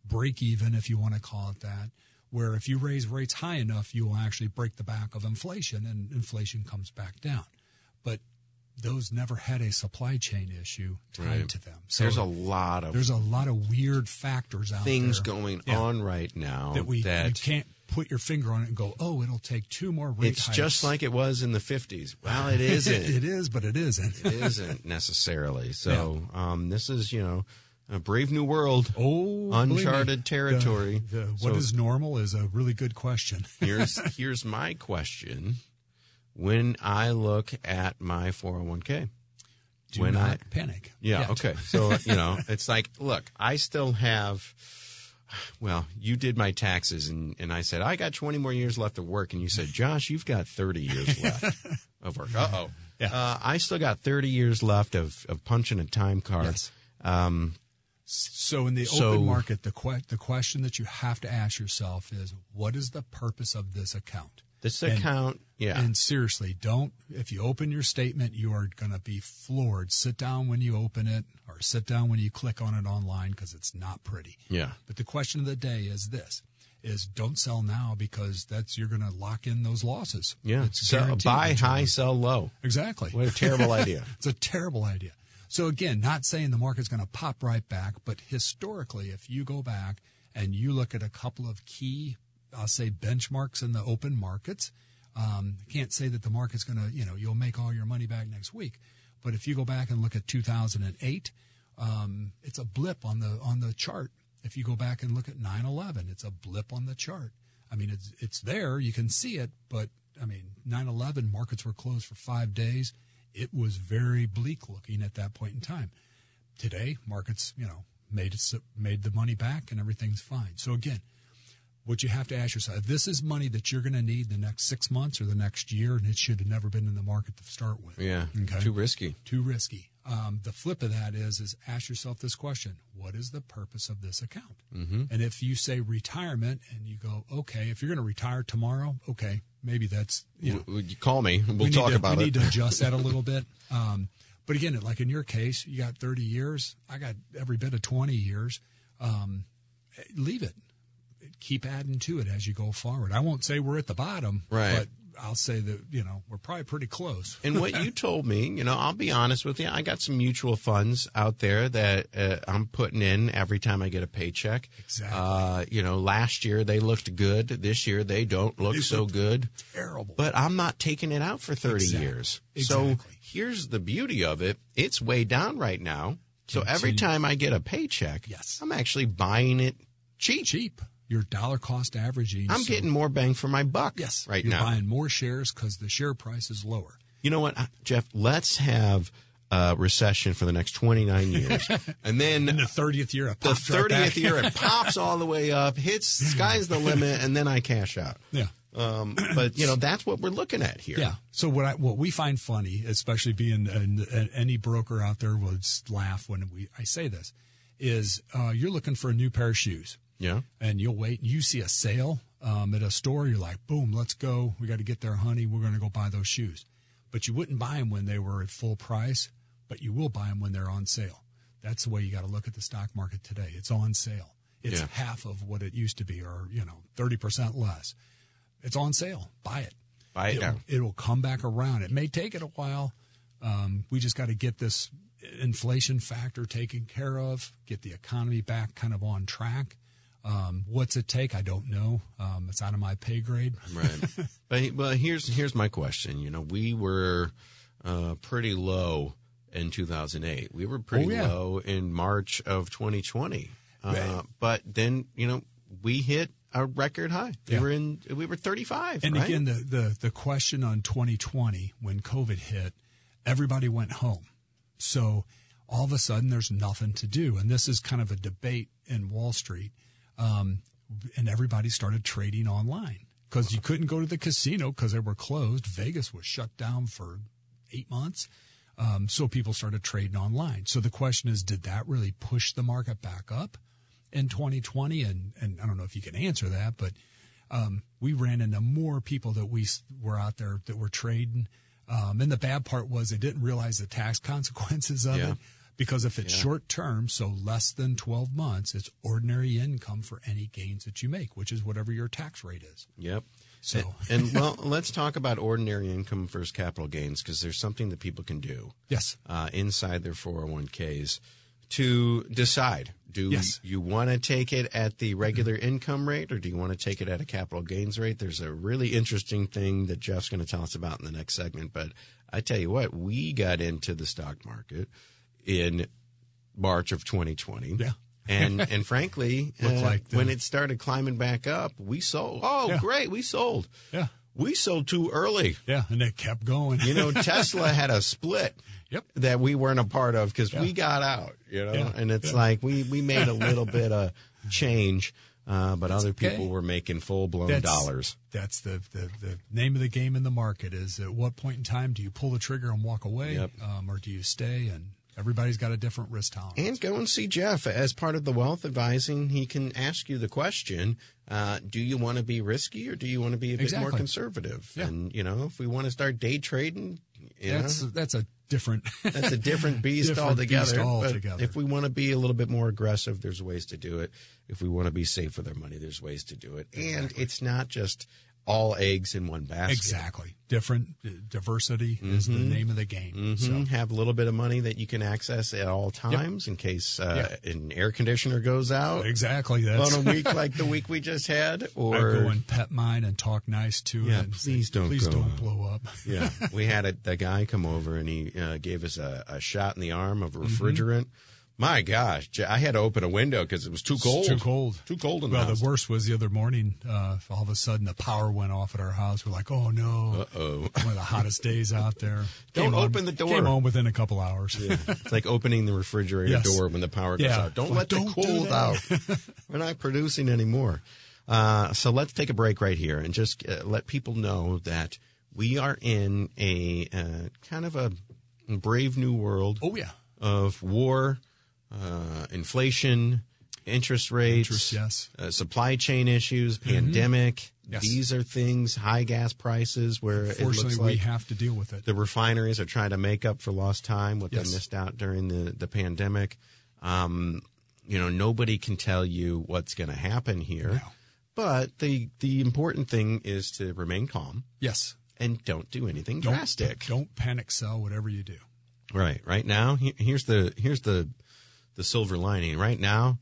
Speaker 3: break even, if you want to call it that, where if you raise rates high enough, you will actually break the back of inflation and inflation comes back down. But those never had a supply chain issue tied
Speaker 2: Right.
Speaker 3: to them. So
Speaker 2: There's a lot of
Speaker 3: there's a lot of weird factors out
Speaker 2: things
Speaker 3: there
Speaker 2: going
Speaker 3: Yeah.
Speaker 2: on right now
Speaker 3: that we
Speaker 2: that
Speaker 3: you can't put your finger on it and go, oh, it'll take two more rate
Speaker 2: it's
Speaker 3: hikes."
Speaker 2: just like it was in the 50s. Well, it isn't.
Speaker 3: it is, but it isn't.
Speaker 2: it isn't necessarily. So um, this is, you know, a brave new world.
Speaker 3: Oh, believe me,
Speaker 2: Uncharted territory.
Speaker 3: The, the-
Speaker 2: So-
Speaker 3: what is normal is a really good question.
Speaker 2: Here's here's my question: When I look at my 401k,
Speaker 3: Do
Speaker 2: When
Speaker 3: not
Speaker 2: I-
Speaker 3: panic.
Speaker 2: yeah,
Speaker 3: yet.
Speaker 2: okay. So you know, it's like, look, I still have. Well, you did my taxes, and and I said I got 20 more years left of work, and you said, Josh, you've got 30 years left of work. Uh oh.
Speaker 3: Yeah.
Speaker 2: Uh, I still got 30 years left of, of punching a time card.
Speaker 3: Yes.
Speaker 2: Um,
Speaker 3: So in the
Speaker 2: So-
Speaker 3: open market, the que- the question that you have to ask yourself is, what is the purpose of this account?
Speaker 2: this
Speaker 3: And-
Speaker 2: account, yeah.
Speaker 3: And seriously, don't. If you open your statement, you are going to be floored. Sit down when you open it, or sit down when you click on it online, because it's not pretty.
Speaker 2: yeah.
Speaker 3: But the question of the day is this: is don't sell now because that's you're going to lock in those losses.
Speaker 2: Yeah.
Speaker 3: it's
Speaker 2: So
Speaker 3: guaranteed
Speaker 2: buy
Speaker 3: that you're-
Speaker 2: high, sell low.
Speaker 3: Exactly.
Speaker 2: What a terrible idea.
Speaker 3: It's a terrible idea. So again, not saying the market's going to pop right back, but historically, if you go back and you look at a couple of key, I'll say benchmarks in the open markets, um, can't say that the market's going to, you know, you'll make all your money back next week. But if you go back and look at 2008, um, it's a blip on the on the chart. If you go back and look at 9/11, it's a blip on the chart. I mean, it's it's there, you can see it, but I mean, 9/11 markets were closed for five days. It was very bleak looking at that point in time. Today, markets, you know, made it, made the money back, and everything's fine. So again, what you have to ask yourself: if this is money that you're going to need the next six months or the next year, and it should have never been in the market to start with
Speaker 2: Yeah.
Speaker 3: Okay.
Speaker 2: Too risky.
Speaker 3: too risky. Um, the flip of that is is ask yourself this question: What is the purpose of this account? Mm-hmm. And if you say retirement, and you go, okay, if you're going to retire tomorrow, okay, maybe that's you know,
Speaker 2: W- w- You call me. We'll
Speaker 3: need
Speaker 2: talk
Speaker 3: to-
Speaker 2: about
Speaker 3: we
Speaker 2: it.
Speaker 3: need to adjust that a little bit. Um, but again, like in your case, you got 30 years. I got every bit of 20 years. Um, leave it. Keep adding to it as you go forward. I won't say we're at the bottom,
Speaker 2: Right.
Speaker 3: But I'll say that you know we're probably pretty close.
Speaker 2: and what you told me, you know, I'll be honest with you. I got some mutual funds out there that uh, I'm putting in every time I get a paycheck.
Speaker 3: Exactly.
Speaker 2: Uh, you know, last year they looked good. This year they don't look so good.
Speaker 3: Terrible.
Speaker 2: But I'm not taking it out for 30
Speaker 3: Exactly.
Speaker 2: years. So
Speaker 3: Exactly.
Speaker 2: here's the beauty of it. It's way down right now. So every time I get a paycheck,
Speaker 3: Yes.
Speaker 2: I'm actually buying it cheap.
Speaker 3: cheap. Your dollar cost averaging.
Speaker 2: I'm
Speaker 3: so-
Speaker 2: getting more bang for my buck
Speaker 3: yes
Speaker 2: right
Speaker 3: you're
Speaker 2: now.
Speaker 3: buying more shares because the share price is lower.
Speaker 2: you know what, Jeff? Let's have a recession for the next 29 years. and then
Speaker 3: In the thirtieth year, it
Speaker 2: the
Speaker 3: popped right
Speaker 2: 30th
Speaker 3: back.
Speaker 2: year, it pops all the way up, hits, sky's the limit, and then I cash out.
Speaker 3: Yeah,
Speaker 2: Um, but, you know, that's what we're looking at here.
Speaker 3: yeah. So what I what we find funny, especially being an, an, any broker out there, would s- laugh when we I say this, is uh, you're looking for a new pair of shoes
Speaker 2: Yeah.
Speaker 3: and you'll wait and you see a sale um, at a store, you're like, boom, let's go. We got to get there, honey. We're going to go buy those shoes. But you wouldn't buy them when they were at full price, but you will buy them when they're on sale. That's the way you got to look at the stock market today. It's on sale. It's
Speaker 4: Yeah.
Speaker 3: half of what it used to be, or you know, thirty percent less. It's on sale. Buy it.
Speaker 2: Buy it now.
Speaker 3: It'll come back around. It may take it a while. Um, we just got to get this inflation factor taken care of, get the economy back kind of on track. Um, what's it take? I don't know. Um, it's out of my pay grade.
Speaker 4: Right.
Speaker 2: But well, here's here's my question. You know, we were uh, pretty low in 2008. We were pretty
Speaker 3: Oh, yeah.
Speaker 2: low in March of 2020. Uh, But then you know we hit a record high. We
Speaker 3: Yeah.
Speaker 2: were in we were 35.
Speaker 3: And
Speaker 2: right?
Speaker 3: again, the, the, the question on 2020, when COVID hit, everybody went home. So all of a sudden, there's nothing to do. And this is kind of a debate in Wall Street. Um, and everybody started trading online because you couldn't go to the casino because they were closed. Vegas was shut down for eight months. Um, so people started trading online. So the question is, did that really push the market back up in 2020? And, and I don't know if you can answer that, but um, we ran into more people that we s- were out there that were trading. Um, and the bad part was they didn't realize the tax consequences of
Speaker 2: Yeah.
Speaker 3: it because if it's short term, so less than 12 months, it's ordinary income for any gains that you make, which is whatever your tax rate is.
Speaker 2: Yep.
Speaker 3: So-
Speaker 2: and, and, well, let's talk about ordinary income versus capital gains because there's something that people can do
Speaker 3: Yes.
Speaker 2: uh, inside their 401ks to decide do
Speaker 3: Yes. Mm-hmm.
Speaker 2: you want to take it at the regular income rate or do you want to take it at a capital gains rate? There's a really interesting thing that Jeff's going to tell us about in the next segment. But I tell you what, we got into the stock market in March of 2020.
Speaker 3: Yeah.
Speaker 2: And and frankly,
Speaker 3: Looked
Speaker 2: uh,
Speaker 3: like the-
Speaker 2: when it started climbing back up, we sold. Oh,
Speaker 3: Yeah.
Speaker 2: great, we sold.
Speaker 3: Yeah.
Speaker 2: We sold too early.
Speaker 3: Yeah. And it kept going.
Speaker 2: You know, Tesla had a split
Speaker 3: Yep.
Speaker 2: that we weren't a part of because we got out, you know,
Speaker 3: Yeah.
Speaker 2: and it's like we, we made a little bit of change, uh, but other people
Speaker 3: okay.
Speaker 2: were making full blown
Speaker 3: That's-
Speaker 2: dollars.
Speaker 3: That's the, the, the name of the game in the market is at what point in time do you pull the trigger and walk away
Speaker 2: Yep.
Speaker 3: um, or do you stay? And everybody's got a different risk tolerance.
Speaker 2: And go and see Jeff. As part of the wealth advising, he can ask you the question uh, Do you want to be risky or do you want to be a bit more
Speaker 3: Exactly.
Speaker 2: conservative?
Speaker 3: Yeah.
Speaker 2: And, you know, if we want to start day trading, you know,
Speaker 3: that's, that's a different.
Speaker 2: that's a different beast
Speaker 3: Different
Speaker 2: altogether.
Speaker 3: beast
Speaker 2: But
Speaker 3: altogether.
Speaker 2: If we want to be a little bit more aggressive, there's ways to do it. If we want to be safe with our money, there's ways to do it. And it's not just all eggs in one basket.
Speaker 3: exactly. Different uh, diversity is the
Speaker 2: Mm-hmm.
Speaker 3: name of the game. So,
Speaker 2: Mhm. Have a little bit of money that you can access at all times in case uh, an air conditioner goes out
Speaker 3: exactly. That's,
Speaker 2: on a week like the week we just had. Or
Speaker 3: I go and pet mine and talk nice to
Speaker 2: Yeah,
Speaker 3: it. and say,
Speaker 2: please don't
Speaker 3: please
Speaker 2: go
Speaker 3: don't
Speaker 2: out."
Speaker 3: blow up.
Speaker 2: Yeah, we had a, a guy come over and he uh, gave us a, a shot in the arm of a
Speaker 3: Mm-hmm.
Speaker 2: refrigerant. My gosh, J- I had to open a window because it was too cold.
Speaker 3: It's too cold.
Speaker 2: Too cold in the
Speaker 3: well,
Speaker 2: house.
Speaker 3: the worst was the other morning. Uh, all of a sudden, the power went off at our house. We're like, oh no!
Speaker 2: Uh-oh.
Speaker 3: One of the hottest days out there.
Speaker 2: Don't
Speaker 3: Came home-
Speaker 2: open the door.
Speaker 3: Came home within a couple hours.
Speaker 2: It's like opening the refrigerator
Speaker 3: Yes.
Speaker 2: door when the power goes
Speaker 3: Yeah.
Speaker 2: out. Don't
Speaker 3: Well,
Speaker 2: let
Speaker 3: don't
Speaker 2: the
Speaker 3: do
Speaker 2: cold out. We're not producing anymore. Uh, so let's take a break right here and just uh, let people know that we are in a uh, kind of a brave new world
Speaker 3: oh yeah,
Speaker 2: of war, uh, inflation, interest rates,
Speaker 3: Interest, yes. Mm-hmm.
Speaker 2: uh, supply chain issues, pandemic.
Speaker 3: Yes.
Speaker 2: These are things, high gas prices, where it
Speaker 3: fortunately,
Speaker 2: looks
Speaker 3: we
Speaker 2: like
Speaker 3: have to deal with it.
Speaker 2: the refineries are trying to make up for lost time, what
Speaker 3: Yes.
Speaker 2: they missed out during the, the pandemic. Um, you know, nobody can tell you what's going to happen here.
Speaker 3: No.
Speaker 2: But the, the important thing is to remain calm
Speaker 3: yes,
Speaker 2: and don't do anything
Speaker 3: don't,
Speaker 2: drastic.
Speaker 3: Don't panic sell whatever you do.
Speaker 2: Right. Right now, he- here's the, here's the, the silver lining. Right now,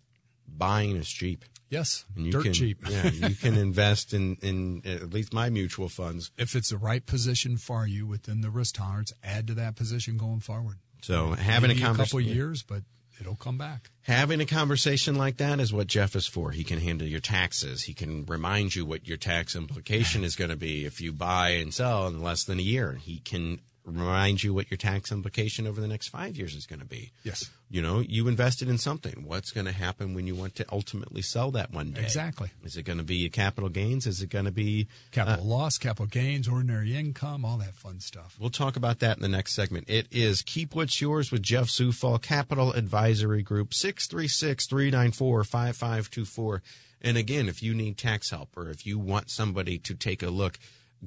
Speaker 2: buying is cheap.
Speaker 3: Yes,
Speaker 2: And you
Speaker 3: dirt
Speaker 2: can,
Speaker 3: cheap.
Speaker 2: yeah, you can invest in, in at least my mutual funds
Speaker 3: If it's the right position for you within the risk tolerance, add to that position going forward.
Speaker 2: So having
Speaker 3: Maybe
Speaker 2: a
Speaker 3: a couple
Speaker 2: conversation,
Speaker 3: years, but it'll come back.
Speaker 2: having a conversation like that is what Jeff is for. He can handle your taxes. He can remind you what your tax implication is going to be if you buy and sell in less than a year. He can remind you what your tax implication over the next five years is going to be.
Speaker 3: Yes.
Speaker 2: You know, you invested in something. What's going to happen when you want to ultimately sell that one day?
Speaker 3: Exactly.
Speaker 2: Is it going to be capital gains? Is it going to be
Speaker 3: Capital loss, capital gains, ordinary income, all that fun stuff.
Speaker 2: We'll talk about that in the next segment. It is Keep What's Yours with Jeff Zufall, Capital Advisory Group, 636 394 5524. And again, if you need tax help or if you want somebody to take a look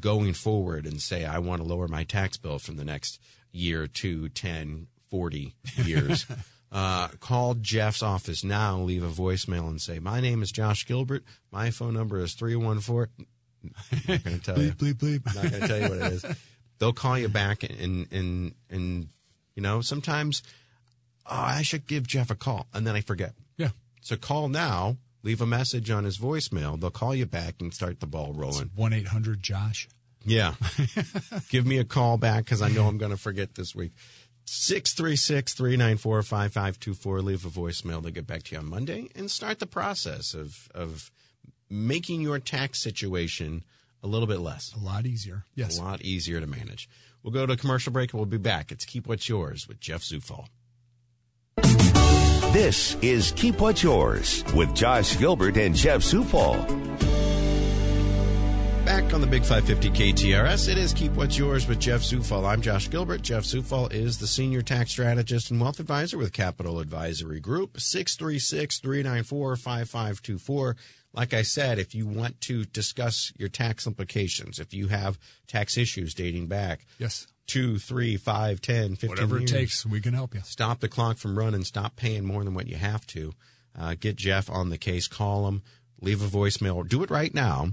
Speaker 2: going forward and say, I want to lower my tax bill from the next year to 10, 40 years, uh, call Jeff's office now, leave a voicemail and say, My name is Josh Gilbert. My phone number is 314. I'm not going to tell you.
Speaker 3: Bleep, bleep, bleep.
Speaker 2: I'm not going to tell you what it is. They'll call you back and, and, and, you know, sometimes oh, I should give Jeff a call and then I forget.
Speaker 3: Yeah.
Speaker 2: So call now, leave a message on his voicemail. They'll call you back and start the ball rolling.
Speaker 3: 1 800 Josh.
Speaker 2: Yeah. Give me a call back because I know I'm going to forget this week. 636 394 5524. Leave a voicemail. They'll get back to you on Monday and start the process of, of making your tax situation a little bit less,
Speaker 3: A lot easier. Yes.
Speaker 2: a lot easier to manage. We'll go to a commercial break and we'll be back. It's Keep What's Yours with Jeff Zufall.
Speaker 1: This is Keep What's Yours with Josh Gilbert and Jeff Supal.
Speaker 2: Back on the Big 550 KTRS, it is Keep What's Yours with Jeff Zufall. I'm Josh Gilbert. Jeff Zufall is the Senior Tax Strategist and Wealth Advisor with Capital Advisory Group, 636 394 5524. Like I said, if you want to discuss your tax implications, if you have tax issues dating back
Speaker 3: Yes.
Speaker 2: two, three, five, ten, fifteen
Speaker 3: Whatever it
Speaker 2: years,
Speaker 3: takes, we can help you.
Speaker 2: stop the clock from running, stop paying more than what you have to. Uh, get Jeff on the case, call him, leave a voicemail. Do it right now.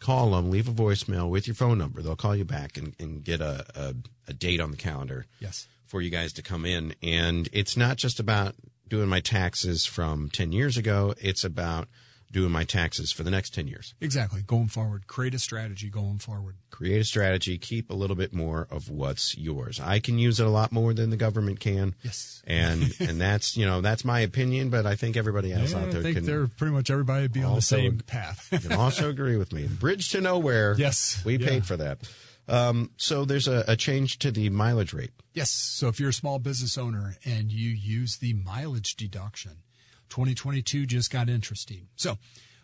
Speaker 2: Call him, leave a voicemail with your phone number. They'll call you back and, and get a, a, a date on the calendar
Speaker 3: Yes.
Speaker 2: for you guys to come in. And it's not just about doing my taxes from 10 years ago, it's about doing my taxes for the next 10 years.
Speaker 3: Exactly. Going forward. Create a strategy going forward.
Speaker 2: Create a strategy, keep a little bit more of what's yours. I can use it a lot more than the government can.
Speaker 3: Yes.
Speaker 2: and and that's you know that's my opinion, but I think everybody else
Speaker 3: Yeah,
Speaker 2: out
Speaker 3: I
Speaker 2: there
Speaker 3: think
Speaker 2: can,
Speaker 3: they're pretty much everybody would be on the
Speaker 2: Also-
Speaker 3: same path.
Speaker 2: can also agree with me. Bridge to nowhere.
Speaker 3: Yes.
Speaker 2: we
Speaker 3: Yeah.
Speaker 2: paid for that. Um, so there's a, a change to the mileage rate.
Speaker 3: Yes. So if you're a small business owner and you use the mileage deduction, 2022 just got interesting. So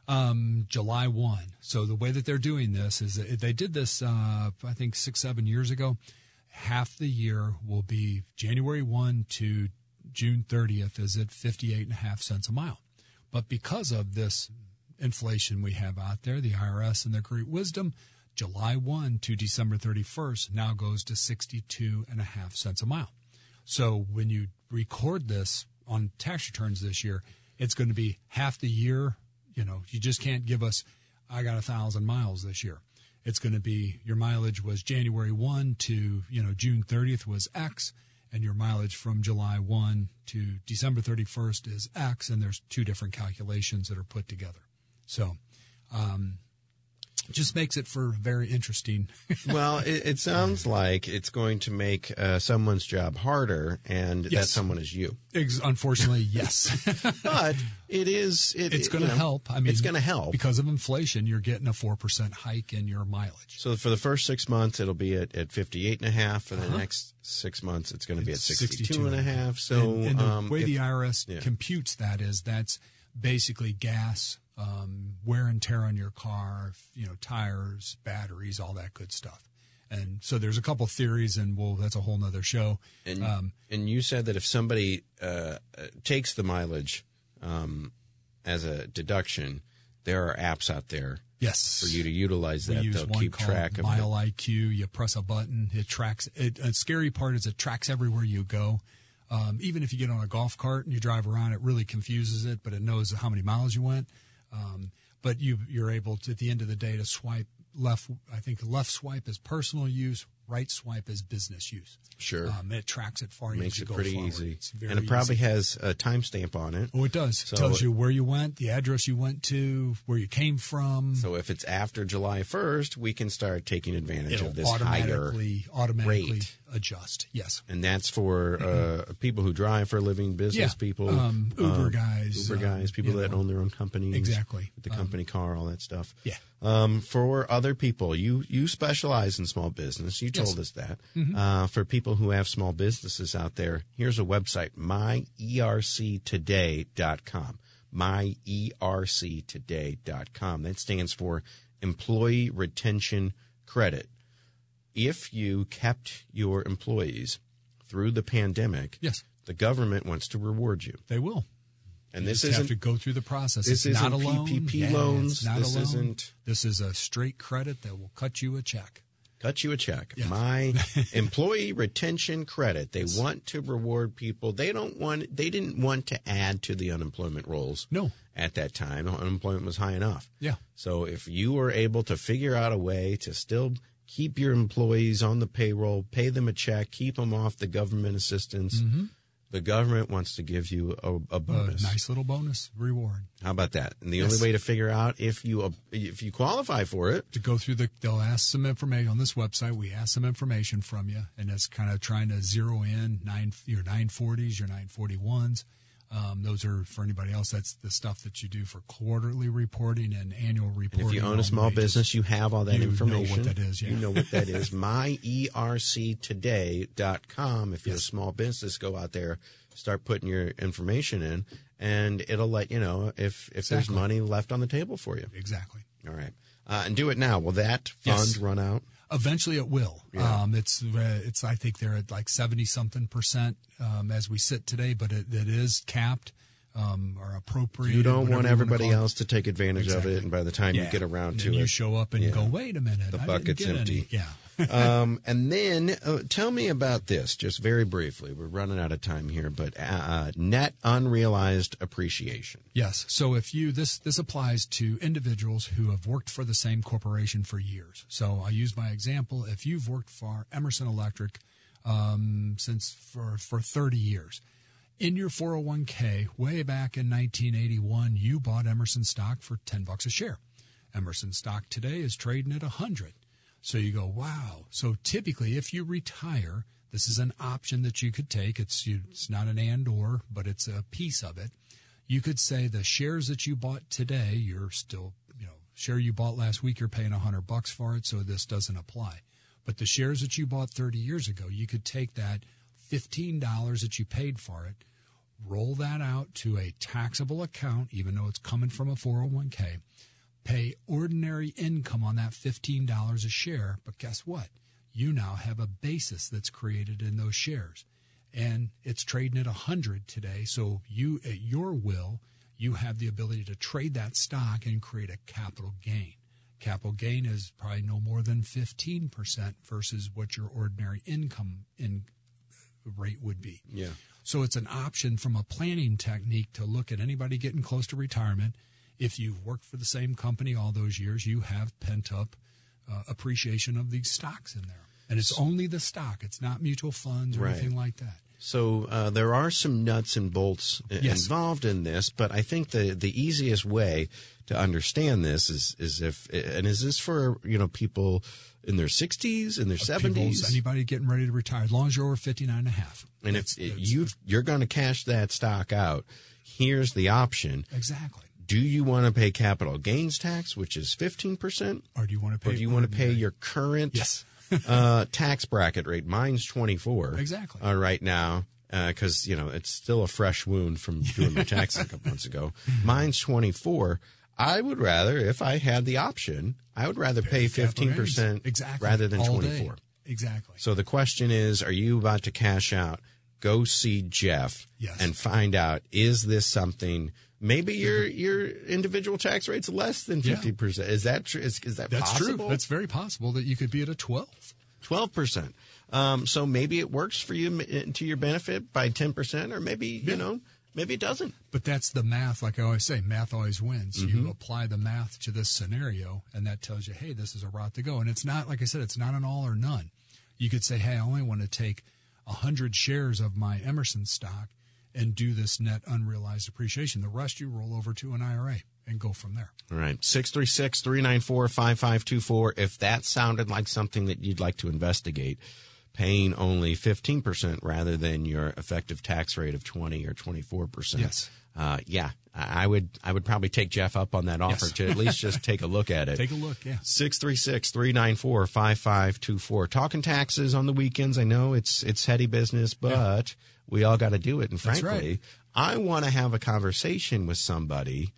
Speaker 3: um, July 1. So the way that they're doing this is that they did this, uh, I think, six, seven years ago. Half the year will be January 1 to June 30th is at 58 and a half cents a mile. But because of this inflation we have out there, the IRS and their great wisdom, July 1 to December 31st now goes to 62 and a half cents a mile. So when you record this on tax returns this year, it's going to be half the year. You know, you just can't give us, I got a thousand miles this year. It's going to be your mileage was January 1 to, you know, June 30th was X, and your mileage from July 1 to December 31st is X, and there's two different calculations that are put together. So, um, just makes it for very interesting.
Speaker 2: Well, it, it sounds like it's going to make uh, someone's job harder, and that
Speaker 3: Yes.
Speaker 2: someone is you.
Speaker 3: Ex- Unfortunately, yes.
Speaker 2: But it is. It,
Speaker 3: it's
Speaker 2: it,
Speaker 3: going
Speaker 2: you
Speaker 3: to
Speaker 2: know,
Speaker 3: help. I mean,
Speaker 2: it's going to help.
Speaker 3: because of inflation. You're getting a four percent hike in your mileage.
Speaker 2: so for the first six months, it'll be at, at 58 and a half. For the
Speaker 3: Uh-huh.
Speaker 2: next six months, it's going to be at 62, and a half. So
Speaker 3: and, and the
Speaker 2: um,
Speaker 3: way
Speaker 2: if-
Speaker 3: the IRS
Speaker 2: yeah.
Speaker 3: computes that is that's basically gas, um, wear and tear on your car, you know, tires, batteries, all that good stuff. And so there's a couple theories, and well, that's a whole nother show.
Speaker 2: And
Speaker 3: um,
Speaker 2: and you said that if somebody uh, uh, takes the mileage um, as a deduction, there are apps out there
Speaker 3: Yes,
Speaker 2: for you to utilize that.
Speaker 3: we use
Speaker 2: They'll
Speaker 3: one
Speaker 2: keep
Speaker 3: called
Speaker 2: track of
Speaker 3: Mile
Speaker 2: it.
Speaker 3: IQ. You press a button, it tracks. It, a scary part is it tracks everywhere you go. Um, even if you get on a golf cart and you drive around, it really confuses it, but it knows how many miles you went. Um, but you you're able to at the end of the day to swipe left. I think left swipe is personal use, right swipe is business use.
Speaker 2: Sure,
Speaker 3: Um, it tracks it for you.
Speaker 2: makes
Speaker 3: as you
Speaker 2: it
Speaker 3: go
Speaker 2: pretty
Speaker 3: forward.
Speaker 2: easy,
Speaker 3: It's very
Speaker 2: and it probably
Speaker 3: easy.
Speaker 2: has a timestamp on it.
Speaker 3: Oh, it does.
Speaker 2: So-
Speaker 3: it tells you where you went, the address you went to, where you came from.
Speaker 2: So if it's after July first, we can start taking advantage
Speaker 3: it'll
Speaker 2: of this higher.
Speaker 3: automatically automatically
Speaker 2: rate.
Speaker 3: adjust. Yes.
Speaker 2: And that's for uh, people who drive for a living, business
Speaker 3: Mm-hmm. Yeah.
Speaker 2: people,
Speaker 3: Um, Uber guys,
Speaker 2: Uber
Speaker 3: um,
Speaker 2: guys, people
Speaker 3: you
Speaker 2: that
Speaker 3: know.
Speaker 2: own their own companies,
Speaker 3: Exactly. Um,
Speaker 2: with the company car, all that stuff.
Speaker 3: Yeah.
Speaker 2: um, for other people. You you specialize in small business. You told
Speaker 3: Yes. Mm-hmm.
Speaker 2: us that. Uh, for people who have small businesses out there, here's a website: E myerctoday.com. E Myerctoday.com. That stands for Employee Retention Credit. If you kept your employees through the pandemic,
Speaker 3: Yes.
Speaker 2: the government wants to reward you.
Speaker 3: They will.
Speaker 2: And this
Speaker 3: just
Speaker 2: isn't
Speaker 3: have to go through the process.
Speaker 2: this
Speaker 3: it's not
Speaker 2: isn't
Speaker 3: a loan.
Speaker 2: PPP
Speaker 3: Yeah,
Speaker 2: loans.
Speaker 3: It's not
Speaker 2: This
Speaker 3: a loan.
Speaker 2: isn't-
Speaker 3: This is a straight credit that will cut you a check.
Speaker 2: cut you a check.
Speaker 3: Yeah.
Speaker 2: My employee retention credit. They want to reward people. They don't want. They didn't want to add to the unemployment rolls.
Speaker 3: No.
Speaker 2: at that time, unemployment was high enough.
Speaker 3: Yeah.
Speaker 2: So if you were able to figure out a way to still keep your employees on the payroll, pay them a check, keep them off the government assistance, the government wants to give you a, a
Speaker 3: A
Speaker 2: bonus.
Speaker 3: Mm-hmm. Oh, nice little bonus reward
Speaker 2: How about that? And the
Speaker 3: Yes.
Speaker 2: only way to figure out if you if you qualify for it
Speaker 3: to go through the. They'll ask some information on this website. We ask some information from you, and that's kind of trying to zero in nine your nine forties, your nine forty ones. Um, those are for anybody else. That's the stuff that you do for quarterly reporting and annual
Speaker 2: And
Speaker 3: reporting.
Speaker 2: if you own a
Speaker 3: on
Speaker 2: small
Speaker 3: wages.
Speaker 2: business, you have all that
Speaker 3: You know what
Speaker 2: information.
Speaker 3: that is, yeah.
Speaker 2: You know what that is. E MyERCtoday.com. If you're a small business, go out there, start putting your information in, and it'll let you know if, if there's
Speaker 3: Exactly.
Speaker 2: money left on the table for you.
Speaker 3: exactly.
Speaker 2: All right. Uh, and do it now. Will that fund
Speaker 3: Yes.
Speaker 2: run out?
Speaker 3: Eventually, it will. Um, it's uh, it's I think they're at like seventy something percent um, as we sit today, but it, it is capped um, or appropriated.
Speaker 2: You don't
Speaker 3: whatever
Speaker 2: want
Speaker 3: you wanna
Speaker 2: everybody
Speaker 3: call it.
Speaker 2: else to take advantage of it,
Speaker 3: Exactly.
Speaker 2: and by the time you
Speaker 3: Yeah.
Speaker 2: get around
Speaker 3: And
Speaker 2: to
Speaker 3: then you
Speaker 2: it,
Speaker 3: show up and
Speaker 2: Yeah.
Speaker 3: go, wait a minute,
Speaker 2: The
Speaker 3: I
Speaker 2: bucket's
Speaker 3: didn't get any."
Speaker 2: empty.
Speaker 3: Yeah,
Speaker 2: um, and then uh, tell me about this, just very briefly. We're running out of time here, but uh, uh, net unrealized appreciation.
Speaker 3: yes. So if you this this applies to individuals who have worked for the same corporation for years. So I use my example. If you've worked for Emerson Electric um, since for for thirty years. In your 401k, way back in 1981, you bought Emerson stock for 10 bucks a share. Emerson stock today is trading at 100. So you go, wow. So typically, if you retire, this is an option that you could take. It's, you, it's not an and or, but it's a piece of it. You could say the shares that you bought today, you're still, you know, share you bought last week, you're paying 100 bucks for it, so this doesn't apply. But the shares that you bought 30 years ago, you could take that $15 that you paid for it, roll that out to a taxable account, even though it's coming from a 401k pay ordinary income on that $15 a share, but guess what? You now have a basis that's created in those shares. And it's trading at 100 today, so you at your will, you have the ability to trade that stock and create a capital gain. Capital gain is probably no more than 15% versus what your ordinary income in rate would be.
Speaker 2: Yeah.
Speaker 3: So it's an option from a planning technique to look at anybody getting close to retirement. If you've worked for the same company all those years, you have pent up uh, appreciation of these stocks in there. And it's only the stock, it's not mutual funds or
Speaker 2: Right.
Speaker 3: anything like that.
Speaker 2: So uh, there are some nuts and bolts i-
Speaker 3: Yes.
Speaker 2: involved in this, but I think the, the easiest way to understand this is is if and is this for you know people in their sixties
Speaker 3: Uh,
Speaker 2: in their
Speaker 3: People's-
Speaker 2: seventies,
Speaker 3: Anybody getting ready to retire, as long as you're over 59 and a half.
Speaker 2: and if you you're going to cash that stock out, here's the option:
Speaker 3: Exactly.
Speaker 2: Do you want to pay capital gains tax, which is fifteen percent,
Speaker 3: Or do you want to
Speaker 2: or
Speaker 3: pay?
Speaker 2: do you want to pay
Speaker 3: ordinary?
Speaker 2: your current
Speaker 3: Yes.
Speaker 2: uh, tax bracket rate? Mine's twenty four
Speaker 3: Exactly.
Speaker 2: uh, right now because you know it's still a fresh wound from doing my taxes a couple months ago.
Speaker 3: Mm-hmm.
Speaker 2: Mine's twenty four. I would rather, if I had the option, I would rather pay fifteen percent
Speaker 3: exactly
Speaker 2: rather than
Speaker 3: all day.
Speaker 2: twenty four.
Speaker 3: Exactly.
Speaker 2: So the question is, are you about to cash out? Go see Jeff
Speaker 3: Yes.
Speaker 2: and find out is this something maybe your your individual tax rate's less than
Speaker 3: Mm-hmm. Yeah.
Speaker 2: 50%. Is that true? Is, is that
Speaker 3: That's
Speaker 2: possible?
Speaker 3: true. That's very possible that you could be at a 12.
Speaker 2: 12%. Um, so maybe it works for you m- to your benefit by 10% or maybe, you know, maybe it doesn't.
Speaker 3: But that's the math. Like I always say, math always wins.
Speaker 2: Mm-hmm.
Speaker 3: You apply the math to this scenario, and that tells you, hey, this is a route to go. And it's not, like I said, it's not an all or none. You could say, hey, I only want to take 100 shares of my Emerson stock and do this net unrealized appreciation. The rest you roll over to an IRA and go from there.
Speaker 2: All right. 636 394 5524. If that sounded like something that you'd like to investigate, paying only 15% rather than your effective tax rate of 20 or 24%.
Speaker 3: Yes.
Speaker 2: Uh, yeah. I I would, I would probably take Jeff up on that offer
Speaker 3: Yes.
Speaker 2: to at least just take a look at it.
Speaker 3: Take a look. Yeah.
Speaker 2: 636 394 5524. Talking taxes on the weekends. I know it's it's heady business, but we all got to do it. And
Speaker 3: That's
Speaker 2: frankly, I want to have a conversation with somebody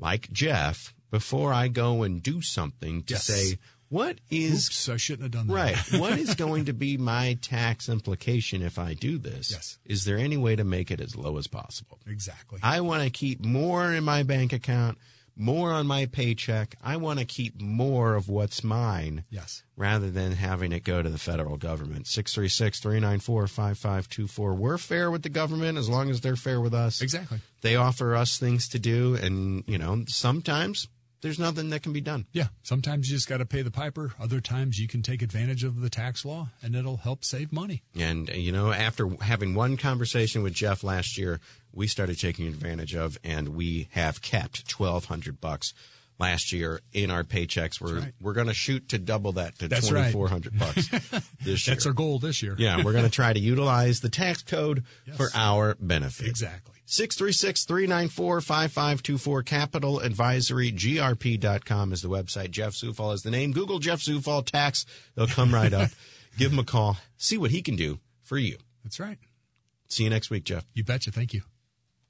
Speaker 2: like Jeff before I go and do something to
Speaker 3: Yes.
Speaker 2: say, what is
Speaker 3: Oops, I shouldn't have done that.
Speaker 2: Right. what is going to be my tax implication if I do this?
Speaker 3: Yes.
Speaker 2: Is there any way to make it as low as possible?
Speaker 3: Exactly.
Speaker 2: I want to keep more in my bank account, more on my paycheck. I want to keep more of what's mine
Speaker 3: yes.
Speaker 2: rather than having it go to the federal government. 636 394 5524. We're fair with the government as long as they're fair with us.
Speaker 3: Exactly.
Speaker 2: They offer us things to do, and, you know, sometimes there's nothing that can be done.
Speaker 3: Yeah. Sometimes you just got to pay the piper. Other times you can take advantage of the tax law and it'll help save money.
Speaker 2: And, uh, you know, after having one conversation with Jeff last year, we started taking advantage of and we have kept 1200 bucks last year in our paychecks. We're,
Speaker 3: right.
Speaker 2: we're going to shoot to double that to
Speaker 3: That's right.
Speaker 2: 2400 bucks this year.
Speaker 3: That's our goal this year.
Speaker 2: yeah, we're going to try to utilize the tax code for our benefit.
Speaker 3: Exactly.
Speaker 2: 636 394 5524 Capital Advisory GRP.com is the website. Jeff Zufall is the name. Google Jeff Zufall tax. They'll come right up. Give him a call. See what he can do for you.
Speaker 3: That's right.
Speaker 2: See you next week, Jeff.
Speaker 3: You betcha. Thank you.